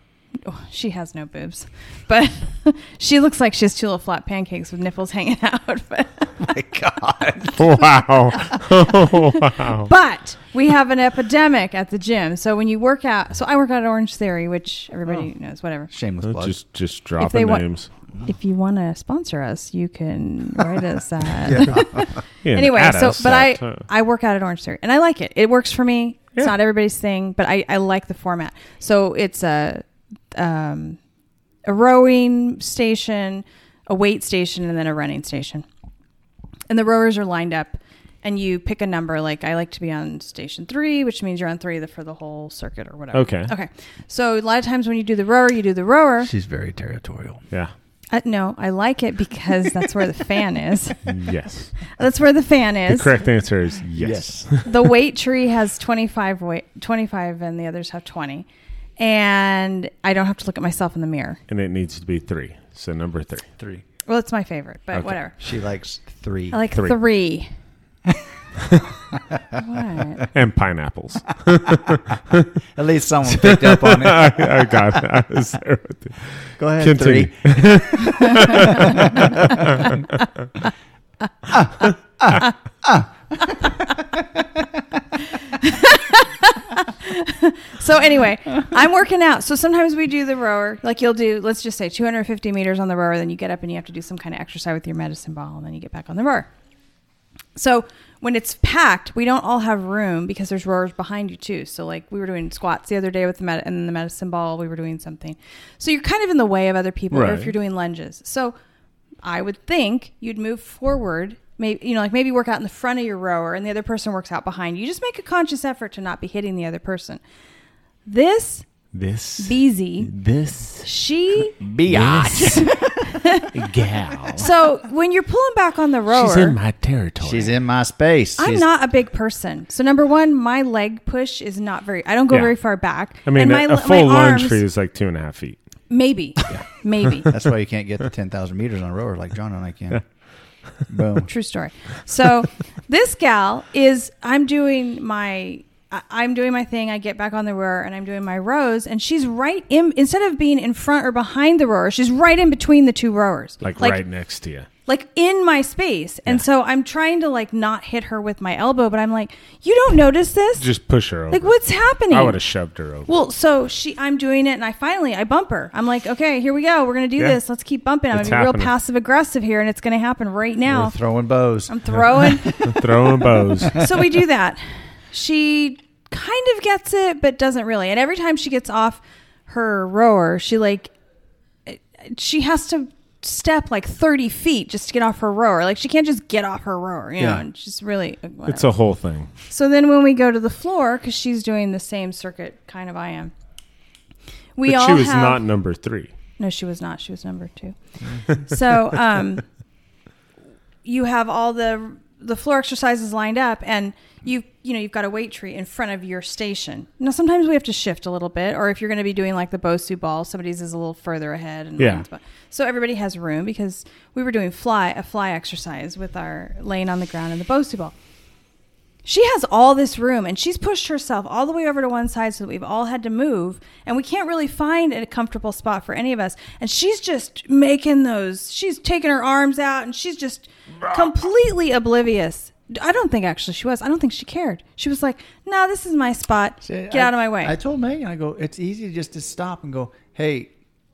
Speaker 2: oh, she has no boobs, but she looks like she has two little flat pancakes with nipples hanging out. But,
Speaker 1: My God.
Speaker 3: wow. Oh, wow.
Speaker 2: but we have an epidemic at the gym. So when you work out, so I work out at Orange Theory, which everybody knows, whatever.
Speaker 1: Shameless plug.
Speaker 3: Just just
Speaker 2: If they
Speaker 3: dropping
Speaker 2: want-
Speaker 3: names.
Speaker 2: If you want to sponsor us, you can write us at.
Speaker 3: Yeah,
Speaker 2: Anyway,
Speaker 3: at
Speaker 2: so
Speaker 3: us
Speaker 2: but I
Speaker 3: at, uh,
Speaker 2: I work out at Orange Theory and I like it. It works for me.
Speaker 3: Yeah.
Speaker 2: It's not everybody's thing, but I I like the format. So it's a um a rowing station, a weight station, and then a running station. And the rowers are lined up, and you pick a number. Like I like to be on station three, which means you're on three for the whole circuit or whatever.
Speaker 3: Okay.
Speaker 2: Okay. So a lot of times when you do the rower, you do the rower.
Speaker 1: She's very territorial.
Speaker 3: yeah.
Speaker 2: Uh, no, I like it because that's where the fan is.
Speaker 3: Yes.
Speaker 2: That's where the fan
Speaker 3: the
Speaker 2: is.
Speaker 3: correct answer is yes.
Speaker 2: the weight tree has 25 weight 25 and the others have 20 and i don't have to look at myself in the mirror
Speaker 3: and it needs to be three. So number three.
Speaker 1: Three.
Speaker 2: well it's my favorite but
Speaker 3: Okay.
Speaker 2: whatever
Speaker 1: She likes three.
Speaker 2: i like
Speaker 3: Three.
Speaker 2: three, what?
Speaker 3: And pineapples.
Speaker 1: At least someone picked up on it.
Speaker 3: I, I got it. I was there with it.
Speaker 1: Go ahead,
Speaker 3: Continue.
Speaker 1: three.
Speaker 2: so anyway i'm working out so sometimes we do the rower like you'll do let's just say 250 meters on the rower then you get up and you have to do some kind of exercise with your medicine ball and then you get back on the rower So when it's packed, we don't all have room because there's rowers behind you too. So like we were doing squats the other day with the med- and the medicine ball, we were doing something. So you're kind of in the way of other people, or
Speaker 3: Right.
Speaker 2: if you're doing lunges. So I would think you'd move forward, maybe you know, like maybe work out in the front of your rower, and the other person works out behind you. Just make a conscious effort to not be hitting the other person. This
Speaker 3: This.
Speaker 2: Beezy,
Speaker 1: This
Speaker 2: she
Speaker 1: biatch gal.
Speaker 2: so when you're pulling back on the rower,
Speaker 3: my territory.
Speaker 1: She's in my space.
Speaker 2: I'm
Speaker 1: She's-
Speaker 2: not a big person. So number one, my leg push is not very. I don't go
Speaker 3: Yeah.
Speaker 2: very far back.
Speaker 3: I mean,
Speaker 2: and my,
Speaker 3: a, a
Speaker 2: le-
Speaker 3: full
Speaker 2: my
Speaker 3: lunge
Speaker 2: arms,
Speaker 3: for you is like two and a half feet.
Speaker 2: Maybe, maybe.
Speaker 1: That's why you can't get the ten thousand meters on a rower like John and I can. Boom.
Speaker 2: True story. So this gal is. I'm doing my. I- I'm doing my thing. I get back on the rower and I'm doing my rows, and she's right in. Instead of being in front or behind the rower, she's right in between the two rowers.
Speaker 3: Like, right next to you.
Speaker 2: like in my space. And so I'm trying to like not hit her with my elbow, but I'm like, you don't notice this?
Speaker 3: Just push her over.
Speaker 2: like what's happening?
Speaker 3: I would have shoved her over.
Speaker 2: Well, so she, I'm doing it, and I finally, I bump her. I'm like, okay, here we go. We're gonna do
Speaker 3: Yeah.
Speaker 2: this. Let's keep bumping. I'm
Speaker 3: It's
Speaker 2: gonna be
Speaker 3: happening.
Speaker 2: real passive aggressive here, and it's gonna happen right
Speaker 1: We're
Speaker 2: now.
Speaker 1: throwing bows.
Speaker 2: Oh. I'm throwing.
Speaker 3: Throwing bows.
Speaker 2: so we do that. She kind of gets it, but doesn't really. And every time she gets off her rower, she like she has to step like 30 feet just to get off her rower. Like she can't just get off her rower, you know.
Speaker 3: Yeah.
Speaker 2: And she's really whatever.
Speaker 3: It's a whole thing.
Speaker 2: So then when we go to the floor, because she's doing the same circuit kind of I am. We
Speaker 3: but
Speaker 2: all
Speaker 3: she was
Speaker 2: have,
Speaker 3: not number three.
Speaker 2: no, she was not. She was number two. so um, you have all the the floor exercises lined up, and you you know you've got a weight tree in front of your station. Now sometimes we have to shift a little bit, or if you're going to be doing like the Bosu ball, somebody's is a little further ahead, and
Speaker 3: Yeah.
Speaker 2: mine's bu- so everybody has room because we were doing fly a fly exercise with our laying on the ground and the Bosu ball. She has all this room and she's pushed herself all the way over to one side so that we've all had to move and we can't really find a comfortable spot for any of us. And she's just making those, she's taking her arms out and she's just completely oblivious. I don't think actually she was. I don't think she cared. She was like, no, this is my spot.
Speaker 1: See,
Speaker 2: Get
Speaker 1: I-
Speaker 2: out of my way.
Speaker 1: I told Megan, I go, it's easy just to stop and go, hey,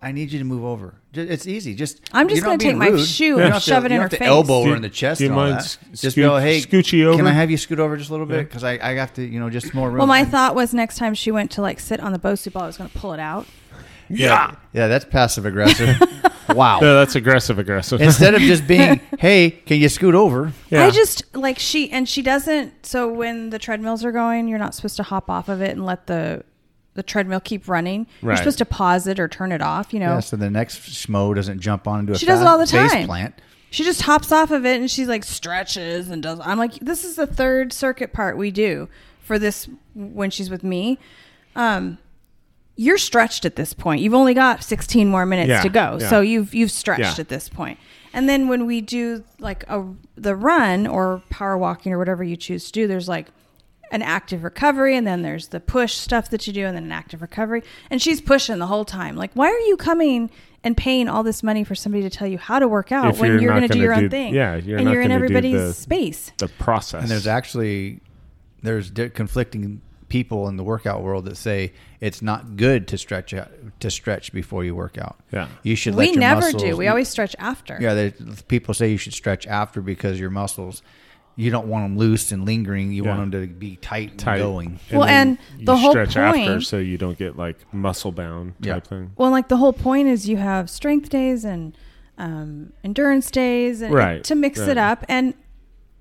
Speaker 1: I need you to move over. Ju- It's easy. Just
Speaker 2: I'm just
Speaker 1: you're not
Speaker 2: gonna take
Speaker 1: being
Speaker 2: my
Speaker 1: rude.
Speaker 2: shoe
Speaker 1: You
Speaker 2: and
Speaker 1: don't have
Speaker 2: shove
Speaker 1: to-
Speaker 2: it in
Speaker 1: you
Speaker 2: her
Speaker 1: don't have to
Speaker 2: face.
Speaker 1: elbow
Speaker 3: Do you-
Speaker 1: her in the chest.
Speaker 3: do you
Speaker 1: and all
Speaker 3: mind
Speaker 1: that.
Speaker 3: sc-
Speaker 1: just
Speaker 3: scoot-
Speaker 1: go, hey,
Speaker 3: scoochy
Speaker 1: Can
Speaker 3: over?
Speaker 1: I have you scoot over just a little bit? Because I, I have to, you know, just more room.
Speaker 2: well, my thought was next time she went to like sit on the Bosu ball, I was going to pull it out.
Speaker 3: Yeah.
Speaker 1: yeah, that's passive aggressive. wow.
Speaker 3: No, that's aggressive aggressive.
Speaker 1: Instead of just being, hey, can you scoot over?
Speaker 3: yeah.
Speaker 2: I just like she and she doesn't. So when the treadmills are going, you're not supposed to hop off of it and let the the treadmill keep running. You're
Speaker 3: Right.
Speaker 2: supposed to pause it or turn it off. You know,
Speaker 1: Yeah, so the next schmo doesn't jump on and do a
Speaker 2: She does it all the
Speaker 1: fast
Speaker 2: time.
Speaker 1: Base plant.
Speaker 2: she just hops off of it and she like stretches and does. I'm like, this is the third circuit part we do for this when she's with me. Um, you're stretched at this point. You've only got 16 more minutes
Speaker 3: Yeah,
Speaker 2: to go,
Speaker 3: yeah.
Speaker 2: so you've you've stretched
Speaker 3: Yeah.
Speaker 2: at this point. And then when we do like a the run or power walking or whatever you choose to do, there's like an active recovery and then there's the push stuff that you do and then an active recovery and she's pushing the whole time like why are you coming and paying all this money for somebody to tell you how to work out
Speaker 3: If
Speaker 2: Oh, when
Speaker 3: you're
Speaker 2: you're,
Speaker 3: not
Speaker 2: going to do
Speaker 3: gonna
Speaker 2: your
Speaker 3: do-
Speaker 2: own thing
Speaker 3: yeah, you're
Speaker 2: and
Speaker 3: not
Speaker 2: you're in
Speaker 3: gonna do
Speaker 2: everybody's
Speaker 3: the-
Speaker 2: space
Speaker 3: the process.
Speaker 1: And there's actually there's di- conflicting people in the workout world that say it's not good to stretch out to stretch before you work out.
Speaker 3: Yeah.
Speaker 1: you should. let
Speaker 2: we
Speaker 1: your
Speaker 2: never
Speaker 1: muscles-
Speaker 2: do we always stretch after
Speaker 1: Yeah, there- people say you should stretch after because your muscles. You don't want them loose and lingering. You
Speaker 3: Yeah.
Speaker 1: want them to be tight,
Speaker 3: tight.
Speaker 1: and going.
Speaker 2: Well,
Speaker 3: then
Speaker 2: and the whole
Speaker 3: stretch after
Speaker 2: point-
Speaker 3: so you don't get like muscle bound type
Speaker 1: Yeah.
Speaker 3: thing.
Speaker 2: Well, like the whole point is you have strength days and um, endurance days, and
Speaker 3: Right,
Speaker 2: to mix it
Speaker 3: right.
Speaker 2: up. And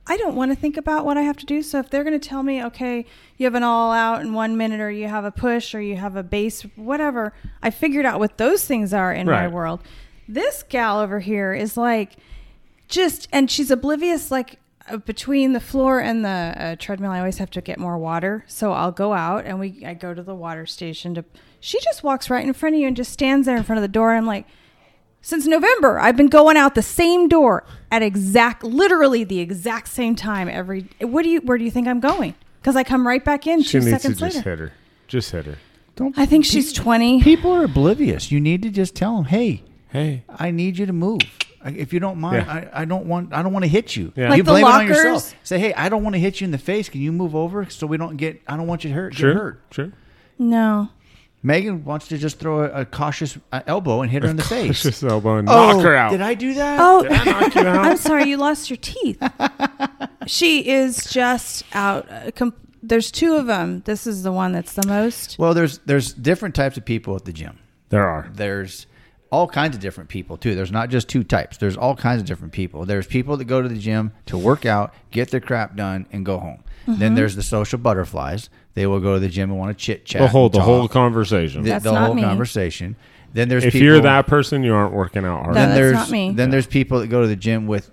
Speaker 2: I don't want to think about what I have to do. So if they're going to tell me, okay, you have an all out in one minute, or you have a push, or you have a base, whatever, I figured out what those things are in my
Speaker 3: Right.
Speaker 2: world. This gal over here is like just, and she's oblivious, like. uh, Between the floor and the uh, treadmill, I always have to get more water, so I'll go out and we I go to the water station to. She just walks right in front of you and just stands there in front of the door. I'm like, since November, I've been going out the same door at exact, literally the exact same time every. What do you? Where do you think I'm going? Because I come right back in
Speaker 3: She
Speaker 2: two
Speaker 3: needs to
Speaker 2: seconds
Speaker 3: just
Speaker 2: later.
Speaker 3: hit her. Just hit her.
Speaker 1: Don't.
Speaker 2: I think she's twenty.
Speaker 1: people are oblivious. You need to just tell them, hey,
Speaker 3: Hey.
Speaker 1: I need you to move. I- If you don't mind,
Speaker 3: Yeah.
Speaker 1: I, I don't want I don't want to hit you.
Speaker 3: Yeah.
Speaker 2: Like
Speaker 1: you
Speaker 2: the
Speaker 1: blame it on
Speaker 2: lockers.
Speaker 1: yourself. Say, hey, I don't want to hit you in the face. Can you move over so we don't get? I don't want you to hurt.
Speaker 3: Sure.
Speaker 1: Get hurt.
Speaker 3: Sure.
Speaker 2: No,
Speaker 1: Megan wants to just throw a, a cautious uh, elbow and hit her in the face.
Speaker 3: Just elbow and
Speaker 1: Oh,
Speaker 3: knock her out.
Speaker 1: Did I do that?
Speaker 2: Oh.
Speaker 3: Did I knock you
Speaker 2: I'm
Speaker 3: out?
Speaker 2: sorry, you lost your teeth. she is just out. Uh, com- there's two of them. This is the one that's the most.
Speaker 1: Well, there's there's different types of people at the gym.
Speaker 3: There are.
Speaker 1: There's all kinds of different people too. There's not just two types. There's all kinds of different people. There's people that go to the gym to work out, get their crap done, and go home.
Speaker 2: Mm-hmm.
Speaker 1: Then there's the social butterflies. They will go to the gym and want to chit chat.
Speaker 3: The whole the whole conversation.
Speaker 1: the,
Speaker 2: That's
Speaker 1: the
Speaker 2: not
Speaker 1: whole
Speaker 2: me.
Speaker 1: conversation. Then there's
Speaker 3: if
Speaker 1: people,
Speaker 3: you're that person, you aren't working out hard.
Speaker 2: No,
Speaker 1: then
Speaker 2: that's
Speaker 1: there's
Speaker 2: not me.
Speaker 1: then there's people that go to the gym with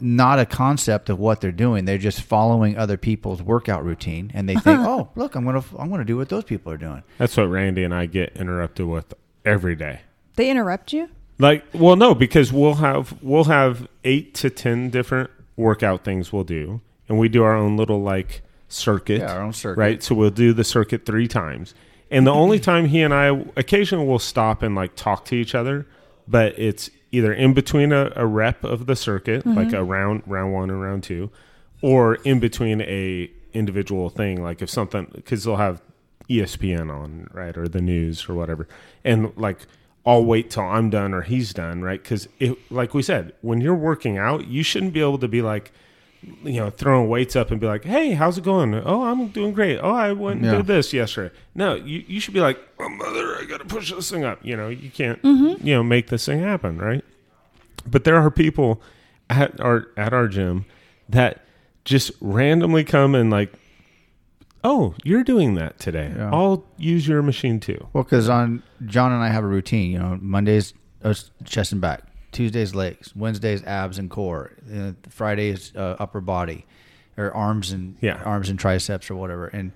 Speaker 1: not a concept of what they're doing. They're just following other people's workout routine, and they think, "Oh, look, I'm gonna I'm gonna do what those people are doing."
Speaker 3: That's what Randy and I get interrupted with every day.
Speaker 2: They interrupt you.
Speaker 3: Like, well, no, because we'll have we'll have eight to ten different workout things we'll do, and we do our own little like circuit.
Speaker 1: Yeah, our own circuit.
Speaker 3: Right, so we'll do the circuit three times, and the only time he and I occasionally will stop and like talk to each other, but it's either in between a, a rep of the circuit, like a round round one and round two, or in between a individual thing, like if something because they'll have E ESPN on right or the news or whatever, and like I'll wait till I'm done or he's done right because like we said when you're working out you shouldn't be able to be like you know throwing weights up and be like hey how's it going oh I'm doing great oh I went and
Speaker 1: Yeah.
Speaker 3: did this yesterday no you you should be like oh mother I gotta push this thing up you know you can't you know make this thing happen right but there are people at our at our gym that just randomly come and like oh you're doing that today
Speaker 1: Yeah.
Speaker 3: i'll use your machine too
Speaker 1: Well, because on John and I have a routine. You know, Mondays uh, chest and back, Tuesdays legs, Wednesdays abs and core, uh, Fridays uh, upper body, or arms and
Speaker 3: Yeah.
Speaker 1: arms and triceps or whatever. And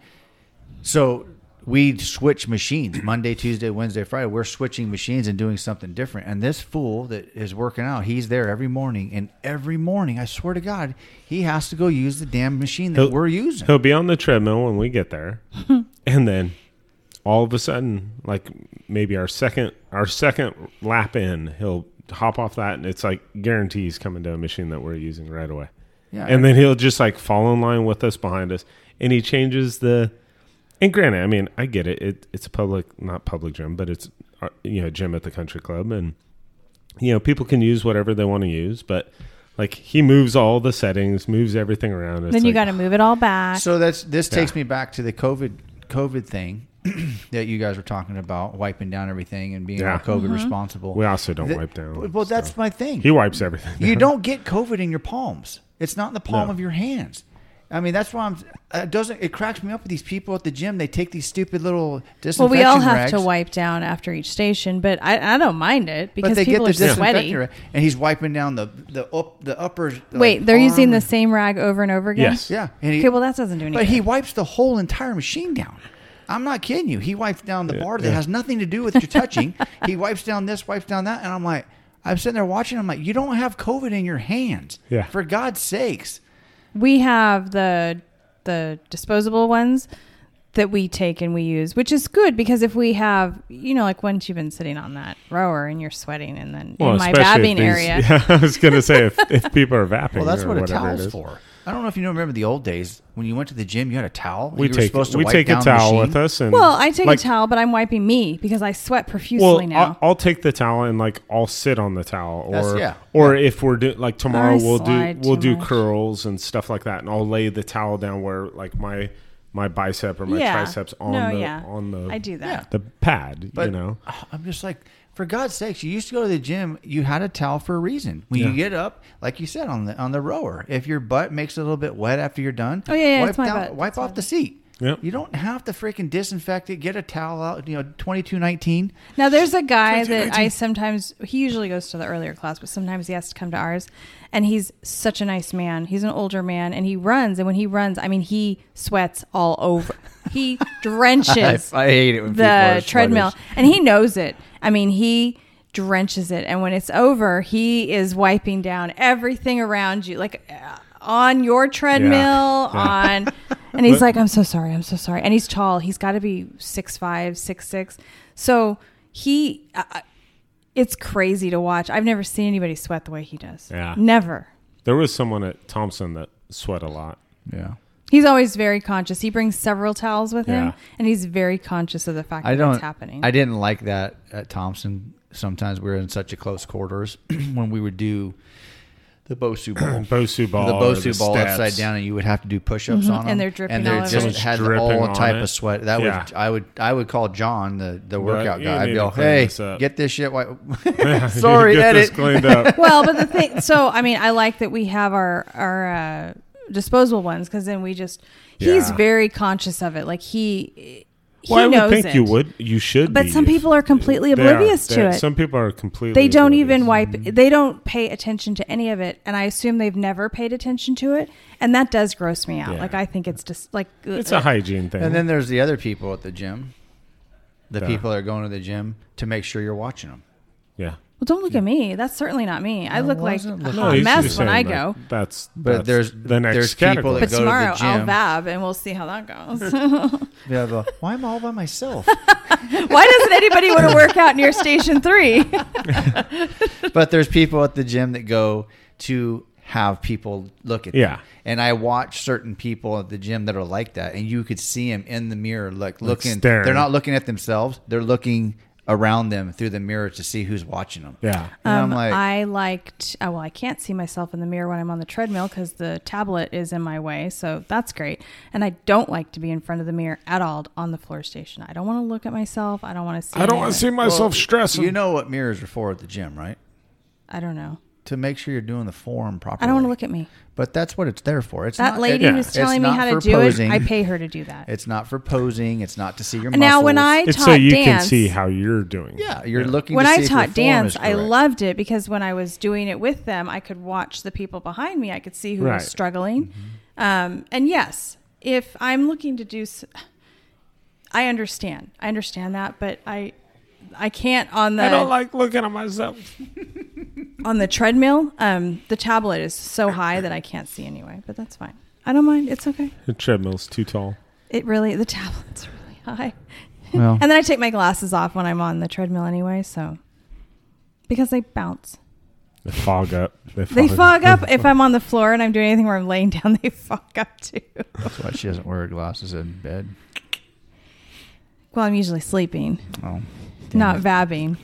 Speaker 1: so we switch machines Monday, Tuesday, Wednesday, Friday. We're switching machines and doing something different. And this fool that is working out, he's there every morning, and every morning, I swear to God, he has to go use the damn machine that
Speaker 3: He'll-
Speaker 1: we're using.
Speaker 3: he'll be on the treadmill when we get there and then all of a sudden like maybe our second our second lap in he'll hop off that and it's like guarantee he's coming to a machine that we're using right away
Speaker 1: Yeah,
Speaker 3: and then he'll just like fall in line with us behind us and he changes the and granted i mean i get it, it it's a public not public gym but it's uh, you know gym at the country club and you know people can use whatever they want to use but like he moves all the settings moves everything around It's
Speaker 2: Then you
Speaker 3: like,
Speaker 2: got to move it all back.
Speaker 1: So that's this takes
Speaker 3: Yeah.
Speaker 1: me back to the COVID COVID thing that you guys were talking about, wiping down everything and being
Speaker 3: Yeah.
Speaker 1: all COVID
Speaker 2: Mm-hmm.
Speaker 1: responsible.
Speaker 3: we also don't
Speaker 1: The-
Speaker 3: wipe down
Speaker 1: Well, that's my thing.
Speaker 3: he wipes everything
Speaker 1: you
Speaker 3: down.
Speaker 1: don't get COVID in your palms. It's not in the palm
Speaker 3: No.
Speaker 1: of your hands. I mean, that's why I'm. It doesn't. It cracks me up with these people at the gym. They take these stupid little
Speaker 2: well,
Speaker 1: disinfection
Speaker 2: we all have to
Speaker 1: rags,
Speaker 2: wipe down after each station, but I, I don't mind it
Speaker 1: but
Speaker 2: because
Speaker 1: they get
Speaker 2: people
Speaker 1: the
Speaker 2: are sweaty.
Speaker 1: disinfectant rag, and he's wiping down the the up the upper. like,
Speaker 2: Wait, they're using
Speaker 1: arm
Speaker 2: the
Speaker 1: and-
Speaker 2: same rag over and over again?
Speaker 3: Yes.
Speaker 1: Yeah, and he-
Speaker 2: Okay, well, that doesn't do anything.
Speaker 1: But he wipes the whole entire machine down. I'm not kidding you. He wipes down the bar that has nothing to do with your touching. he wipes down this, wipes down that, and I'm like, I'm sitting there watching. I'm like, you don't have COVID in your hands.
Speaker 3: Yeah.
Speaker 1: For God's sakes.
Speaker 2: we have the the disposable ones that we take and we use, which is good because if we have, you know, like once you've been sitting on that rower and you're sweating, and then in my
Speaker 3: especially if
Speaker 2: babbing
Speaker 3: these-
Speaker 2: area,
Speaker 3: Yeah, I was gonna say if, if people are vapping.
Speaker 1: Well, that's
Speaker 3: or
Speaker 1: what a
Speaker 3: whatever it
Speaker 1: towel's
Speaker 3: is.
Speaker 1: for. I don't know if you remember the old days when you went to the gym, you had a towel. and
Speaker 3: We
Speaker 1: you were
Speaker 3: take
Speaker 1: supposed to
Speaker 3: we
Speaker 1: wipe
Speaker 3: take a
Speaker 1: down the
Speaker 3: towel
Speaker 1: machine.
Speaker 3: with us and
Speaker 2: well, I take
Speaker 3: like,
Speaker 2: a towel, but I'm wiping me because I sweat profusely
Speaker 3: Well,
Speaker 2: now.
Speaker 3: I'll, I'll take the towel and like I'll sit on the towel,
Speaker 1: That's-
Speaker 3: or
Speaker 1: yeah.
Speaker 3: or if we're doing like tomorrow,
Speaker 2: I
Speaker 3: we'll do
Speaker 2: slide
Speaker 3: we'll
Speaker 2: too
Speaker 3: do
Speaker 2: much.
Speaker 3: curls and stuff like that, and I'll lay the towel down where like my my bicep or my
Speaker 2: yeah,
Speaker 3: triceps on
Speaker 2: no,
Speaker 3: the
Speaker 2: yeah,
Speaker 3: on the
Speaker 2: I do that.
Speaker 3: the pad,
Speaker 1: But
Speaker 3: you know.
Speaker 1: I'm just like, for God's sakes, you used to go to the gym. You had a towel for a reason. When
Speaker 3: Yeah.
Speaker 1: you get up, like you said on the on the rower, if your butt makes it a little bit wet after you're done,
Speaker 2: Oh, yeah, yeah,
Speaker 1: wipe
Speaker 2: it's my
Speaker 1: down-
Speaker 2: butt.
Speaker 1: wipe
Speaker 2: It's
Speaker 1: off
Speaker 2: my
Speaker 1: the seat.
Speaker 3: Yep.
Speaker 1: You don't have to freaking disinfect it. Get a towel out. You know, twenty two nineteen.
Speaker 2: Now there's a guy
Speaker 3: 22,
Speaker 2: that I sometimes he usually goes to the earlier class, but sometimes he has to come to ours. And he's such a nice man. He's an older man, and he runs. And when he runs, I mean, he sweats all over. He drenches
Speaker 1: I hate it when people are
Speaker 2: the
Speaker 1: sweaters.
Speaker 2: treadmill, and he knows it. I mean, he drenches it, and when it's over, he is wiping down everything around you, like uh, on your treadmill,
Speaker 3: Yeah.
Speaker 2: on. And he's
Speaker 3: But-
Speaker 2: like, I'm so sorry. I'm so sorry. And he's tall. He's got to be six five, six six. So he, I I- it's crazy to watch. I've never seen anybody sweat the way he does.
Speaker 3: Yeah.
Speaker 2: Never.
Speaker 3: There was someone at Thompson that sweat a lot.
Speaker 1: Yeah.
Speaker 2: He's always very conscious. He brings several towels with
Speaker 3: Yeah.
Speaker 2: him, and he's very conscious of the fact
Speaker 1: I
Speaker 2: that
Speaker 1: don't.
Speaker 2: it's happening.
Speaker 1: I didn't like that at Thompson. Sometimes we were in such a close quarters when we would do the Bosu ball.
Speaker 3: Bosu ball,
Speaker 1: the
Speaker 3: or
Speaker 1: Bosu ball
Speaker 3: steps.
Speaker 1: upside down, and you would have to do push-ups on
Speaker 2: Mm-hmm. And
Speaker 1: them,
Speaker 2: they're dripping
Speaker 1: and they
Speaker 2: all over
Speaker 1: just
Speaker 2: it.
Speaker 1: had
Speaker 3: Dripping
Speaker 1: all
Speaker 3: on
Speaker 1: type
Speaker 3: it.
Speaker 1: of sweat. That
Speaker 3: Yeah.
Speaker 1: would I would I would call John the the workout
Speaker 3: you
Speaker 1: guy. I'd
Speaker 3: need
Speaker 1: be
Speaker 3: to
Speaker 1: all,
Speaker 3: clean
Speaker 1: hey,
Speaker 3: this up."
Speaker 1: get this shit. Wiped.
Speaker 3: You
Speaker 1: Sorry,
Speaker 3: get
Speaker 1: edit.
Speaker 3: this cleaned up.
Speaker 2: well, but the thing, so I mean, I like that we have our our uh, disposable ones because then we just. He's
Speaker 3: Yeah.
Speaker 2: very conscious of it. Like he, he
Speaker 3: well, I
Speaker 2: knows
Speaker 3: would
Speaker 2: it.
Speaker 3: think you would. You should.
Speaker 2: But
Speaker 3: be.
Speaker 2: some
Speaker 3: If-
Speaker 2: people are completely
Speaker 3: They are.
Speaker 2: oblivious to
Speaker 3: They-
Speaker 2: it.
Speaker 3: Some people are completely.
Speaker 2: they don't even
Speaker 3: oblivious. Mm-hmm.
Speaker 2: wipe they don't pay attention to any of it and i assume they've never paid attention to it and that does gross me out
Speaker 3: Yeah.
Speaker 2: like i think it's just like uh,
Speaker 3: It's a hygiene thing.
Speaker 1: And then there's the other people at the gym. The
Speaker 3: Yeah.
Speaker 1: people that are going to the gym to make sure you're watching them.
Speaker 3: yeah,
Speaker 2: Well, don't look at me. That's certainly not me. I
Speaker 1: No,
Speaker 2: look
Speaker 1: I
Speaker 2: like
Speaker 1: wasn't
Speaker 2: a
Speaker 1: looking-
Speaker 3: No,
Speaker 2: hot
Speaker 3: he's
Speaker 2: mess
Speaker 3: just
Speaker 2: when
Speaker 3: saying,
Speaker 2: I
Speaker 3: like,
Speaker 2: go.
Speaker 3: That's,
Speaker 1: But
Speaker 3: that's
Speaker 1: there's-
Speaker 3: the next
Speaker 1: there's people that
Speaker 3: category.
Speaker 2: But
Speaker 1: go to the
Speaker 2: tomorrow I'll
Speaker 1: gym.
Speaker 2: vab and we'll see how that goes.
Speaker 1: Yeah, the, why am I all by myself?
Speaker 2: Why doesn't anybody want to work out near Station Three?
Speaker 1: but there's people at the gym that go to have people look at
Speaker 3: Yeah.
Speaker 1: them. And I watch certain people at the gym that are like that, and you could see them in the mirror, like looking.
Speaker 3: staring.
Speaker 1: They're not looking at themselves; they're looking around them through the mirror to see who's watching them.
Speaker 3: Yeah.
Speaker 1: And
Speaker 2: Um,
Speaker 1: I'm like,
Speaker 2: I liked. Oh, well, I can't see myself in the mirror when I'm on the treadmill because the tablet is in my way, so that's great. And I don't like to be in front of the mirror at all on the floor station. I don't want to look at myself. I don't want to see.
Speaker 3: I don't
Speaker 2: anyone.
Speaker 3: want to see myself
Speaker 1: well,
Speaker 3: stressing.
Speaker 1: You know what mirrors are for at the gym, right?
Speaker 2: I don't know.
Speaker 1: To make sure you're doing the form properly.
Speaker 2: I don't want to look at me.
Speaker 1: But that's what it's there for. It's
Speaker 2: That
Speaker 1: not,
Speaker 2: lady
Speaker 1: it-
Speaker 3: yeah.
Speaker 2: who's
Speaker 1: it's
Speaker 2: telling me
Speaker 1: not
Speaker 2: how to
Speaker 1: for
Speaker 2: do
Speaker 1: posing.
Speaker 2: it, I pay her to do that.
Speaker 1: It's not for posing. It's not to see your muscles.
Speaker 2: Now, when I
Speaker 3: it's
Speaker 2: taught
Speaker 3: so you can
Speaker 2: dance,
Speaker 3: see how you're doing.
Speaker 1: yeah, you're looking.
Speaker 2: when
Speaker 1: to
Speaker 2: I
Speaker 1: see if your
Speaker 2: taught
Speaker 1: form
Speaker 2: dance,
Speaker 1: is
Speaker 2: I
Speaker 1: correct.
Speaker 2: loved it because when I was doing it with them, I could watch the people behind me. I could see who
Speaker 3: Right.
Speaker 2: was struggling. Um, and yes, if I'm looking to do, s- I understand. I understand that, but I, I can't on the
Speaker 3: I don't like looking at myself.
Speaker 2: on the treadmill. Um, the tablet is so high that I can't see anyway. But that's fine. I don't mind. It's okay.
Speaker 3: The treadmill's too tall.
Speaker 2: It really the tablet's really high.
Speaker 1: Well.
Speaker 2: and then I take my glasses off when I'm on the treadmill anyway, so because they bounce.
Speaker 3: They fog up.
Speaker 2: They fog up if I'm on the floor and I'm doing anything where I'm laying down, they fog up too.
Speaker 1: That's why she doesn't wear glasses in bed.
Speaker 2: Well, I'm usually sleeping,
Speaker 1: Oh,
Speaker 2: not vabbing.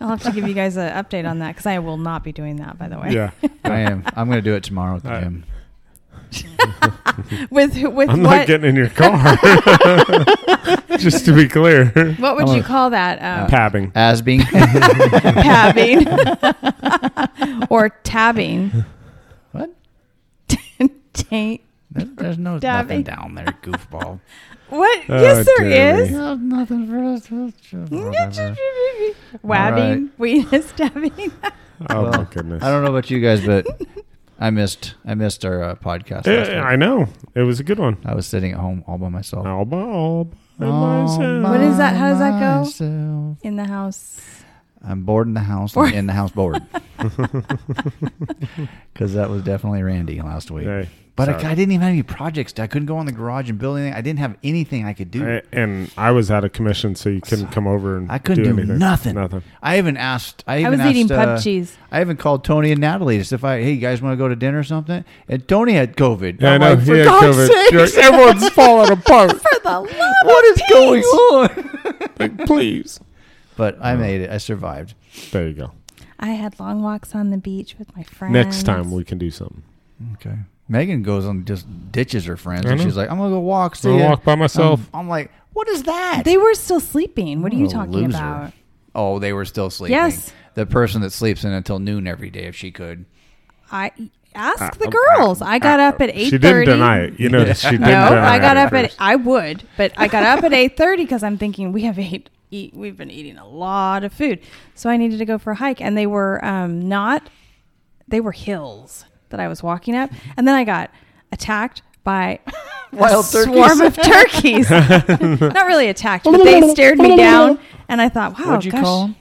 Speaker 2: I'll have to give you guys an update on that because I will not be doing that, by the way.
Speaker 3: Yeah.
Speaker 1: I am. I'm going to do it tomorrow at the
Speaker 3: Alright.
Speaker 1: gym.
Speaker 2: With with
Speaker 3: I'm not
Speaker 2: what
Speaker 3: getting in your car. Just to be clear.
Speaker 2: what would
Speaker 1: I'm
Speaker 2: you
Speaker 1: a-
Speaker 2: call that? Um,
Speaker 3: Pabbing.
Speaker 1: Asbing.
Speaker 2: pabbing or tabbing?
Speaker 1: what?
Speaker 2: Taint.
Speaker 1: There- There's no
Speaker 2: Dabby.
Speaker 1: nothing down there, goofball.
Speaker 2: What?
Speaker 3: Oh,
Speaker 2: yes, there
Speaker 3: dearie.
Speaker 2: is.
Speaker 1: no, nothing for us. Whatever.
Speaker 2: Mm-hmm. Wabbing, weenus, dabbing.
Speaker 3: Oh, my
Speaker 1: Well,
Speaker 3: goodness.
Speaker 1: I don't know about you guys, but I missed I missed our uh, podcast.
Speaker 3: Yeah,
Speaker 1: last Oh.
Speaker 3: I
Speaker 1: week.
Speaker 3: know. It was a good one.
Speaker 1: I was sitting at home all by myself.
Speaker 3: All by all by myself.
Speaker 2: What is that? How does that go?
Speaker 1: go?
Speaker 2: In the house.
Speaker 1: I'm bored in the house. I'm in the house bored. Because that was definitely Randy last week.
Speaker 3: Hey,
Speaker 1: But I,
Speaker 3: sorry.
Speaker 1: I didn't even have any projects. I couldn't go on the garage and build anything. I didn't have anything I could do.
Speaker 3: I- and I was out of commission, so you couldn't come over and
Speaker 1: I couldn't do,
Speaker 3: anything.
Speaker 1: nothing. Oh
Speaker 3: Nothing.
Speaker 1: I even asked. I, even
Speaker 2: was
Speaker 1: asked,
Speaker 2: eating pub
Speaker 1: uh,
Speaker 2: cheese.
Speaker 1: I even called Tony and Natalie just if I, hey, you guys want to go to dinner or something? And Tony had COVID.
Speaker 3: Yeah, I
Speaker 1: I'm
Speaker 3: know.
Speaker 1: like,
Speaker 3: he
Speaker 1: for
Speaker 3: had
Speaker 1: God's
Speaker 3: COVID. You're
Speaker 1: sakes,
Speaker 3: like, Everyone's falling apart.
Speaker 2: For the love
Speaker 1: what is going on?
Speaker 3: Like, please.
Speaker 1: But I made it. I survived.
Speaker 3: There you go.
Speaker 2: I had long walks on the beach with my friends.
Speaker 3: Next time we can do something.
Speaker 1: Okay. Megan goes on just ditches her friends
Speaker 3: I
Speaker 1: and
Speaker 3: know.
Speaker 1: she's like, I'm gonna go walk. See
Speaker 3: I'm gonna
Speaker 1: ya."
Speaker 3: walk by myself.
Speaker 1: I'm, I'm like, what is that?
Speaker 2: They were still sleeping. What are you
Speaker 1: What a
Speaker 2: talking
Speaker 1: loser.
Speaker 2: about?
Speaker 1: Oh, they were still sleeping.
Speaker 2: Yes.
Speaker 1: The person that sleeps in until noon every day, if she could.
Speaker 2: I ask the
Speaker 3: Uh,
Speaker 2: girls. I got up at eight.
Speaker 3: She didn't deny it. You know, she didn't
Speaker 2: No,
Speaker 3: deny
Speaker 2: I got
Speaker 3: it
Speaker 2: up at.
Speaker 3: first.
Speaker 2: I would, but I got up at eight thirty because I'm thinking we have eight. Eat, we've been eating a lot of food, so I needed to go for a hike, and they were um, not. They were hills that I was walking up, and then I got attacked by
Speaker 1: Wild
Speaker 2: a swarm of turkeys. not really attacked, but they stared me down, and I thought, "Wow,
Speaker 1: What'd you
Speaker 2: gosh,
Speaker 1: call 'em?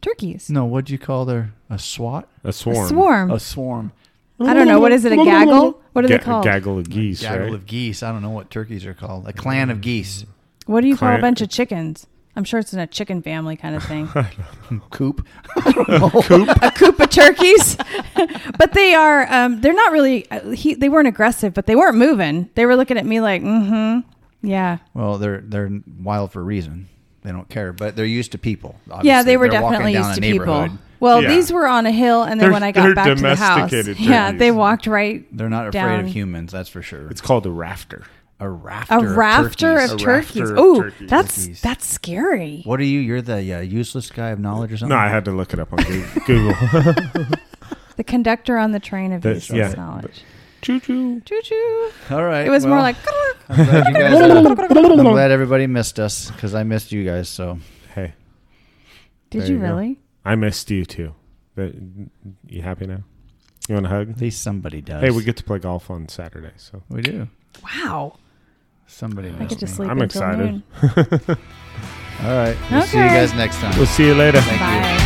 Speaker 2: turkeys."
Speaker 1: No, what'd you call their a SWAT?
Speaker 3: A swarm.
Speaker 2: A swarm.
Speaker 1: A swarm.
Speaker 2: I don't know. What is it? A gaggle? What are
Speaker 3: Ga-
Speaker 2: they called?
Speaker 3: A gaggle of geese,
Speaker 1: Gaggle
Speaker 3: right?
Speaker 1: of geese. I don't know what turkeys are called. A clan of geese.
Speaker 2: What do you call a
Speaker 3: Clan-
Speaker 2: bunch of chickens? I'm sure it's in a chicken family kind of thing.
Speaker 1: Coop. I don't know.
Speaker 2: a coop of turkeys, but they are. Um, they're not really. Uh, he, they weren't aggressive, but they weren't moving. They were looking at me like, mm-hmm, yeah,
Speaker 1: Well, they're they're wild for a reason. They don't care, but they're used to people.
Speaker 2: yeah.
Speaker 1: obviously.
Speaker 2: They were
Speaker 1: They're walking
Speaker 2: definitely
Speaker 1: down
Speaker 2: used
Speaker 1: a
Speaker 2: to people.
Speaker 1: neighborhood.
Speaker 2: Well,
Speaker 3: Yeah.
Speaker 2: these were on a hill, and then
Speaker 3: They're-
Speaker 2: when I
Speaker 3: they're
Speaker 2: got back to the house,
Speaker 3: domesticated
Speaker 2: yeah,
Speaker 3: turkeys.
Speaker 2: they walked right.
Speaker 1: They're not afraid
Speaker 2: Down.
Speaker 1: of humans, that's for sure.
Speaker 3: It's called a rafter.
Speaker 1: a rafter.
Speaker 2: A
Speaker 1: of
Speaker 2: rafter
Speaker 1: turkeys.
Speaker 2: of
Speaker 3: A
Speaker 2: turkeys.
Speaker 3: rafter of
Speaker 2: Ooh,
Speaker 3: turkeys.
Speaker 2: that's
Speaker 1: Turkeys.
Speaker 2: that's scary.
Speaker 1: What are you? You're the uh, useless guy of knowledge or something.
Speaker 3: No, I had to look it up on Goo- Google.
Speaker 2: The conductor on the train of
Speaker 3: That's-
Speaker 2: useless
Speaker 3: yeah.
Speaker 2: knowledge.
Speaker 3: Choo choo.
Speaker 2: Choo choo.
Speaker 1: All right.
Speaker 2: It was more
Speaker 1: well,
Speaker 2: like.
Speaker 1: I'm glad, you guys, uh, I'm glad everybody missed us because I missed you guys. So
Speaker 3: Hey,
Speaker 2: Did
Speaker 3: There
Speaker 2: you
Speaker 3: you go.
Speaker 2: really?
Speaker 3: I missed you too. That- You happy now? You want a
Speaker 1: at
Speaker 3: hug?
Speaker 1: least somebody does.
Speaker 3: Hey, we get to play golf on Saturday, so
Speaker 1: we do.
Speaker 2: Wow.
Speaker 1: Somebody
Speaker 2: I could
Speaker 1: missed
Speaker 2: just
Speaker 1: me.
Speaker 2: sleep
Speaker 3: I'm
Speaker 2: until
Speaker 3: excited.
Speaker 2: noon.
Speaker 1: All right. We'll see you
Speaker 2: Okay.
Speaker 1: guys next time.
Speaker 3: we'll see you later.
Speaker 1: Thank you.
Speaker 2: Bye.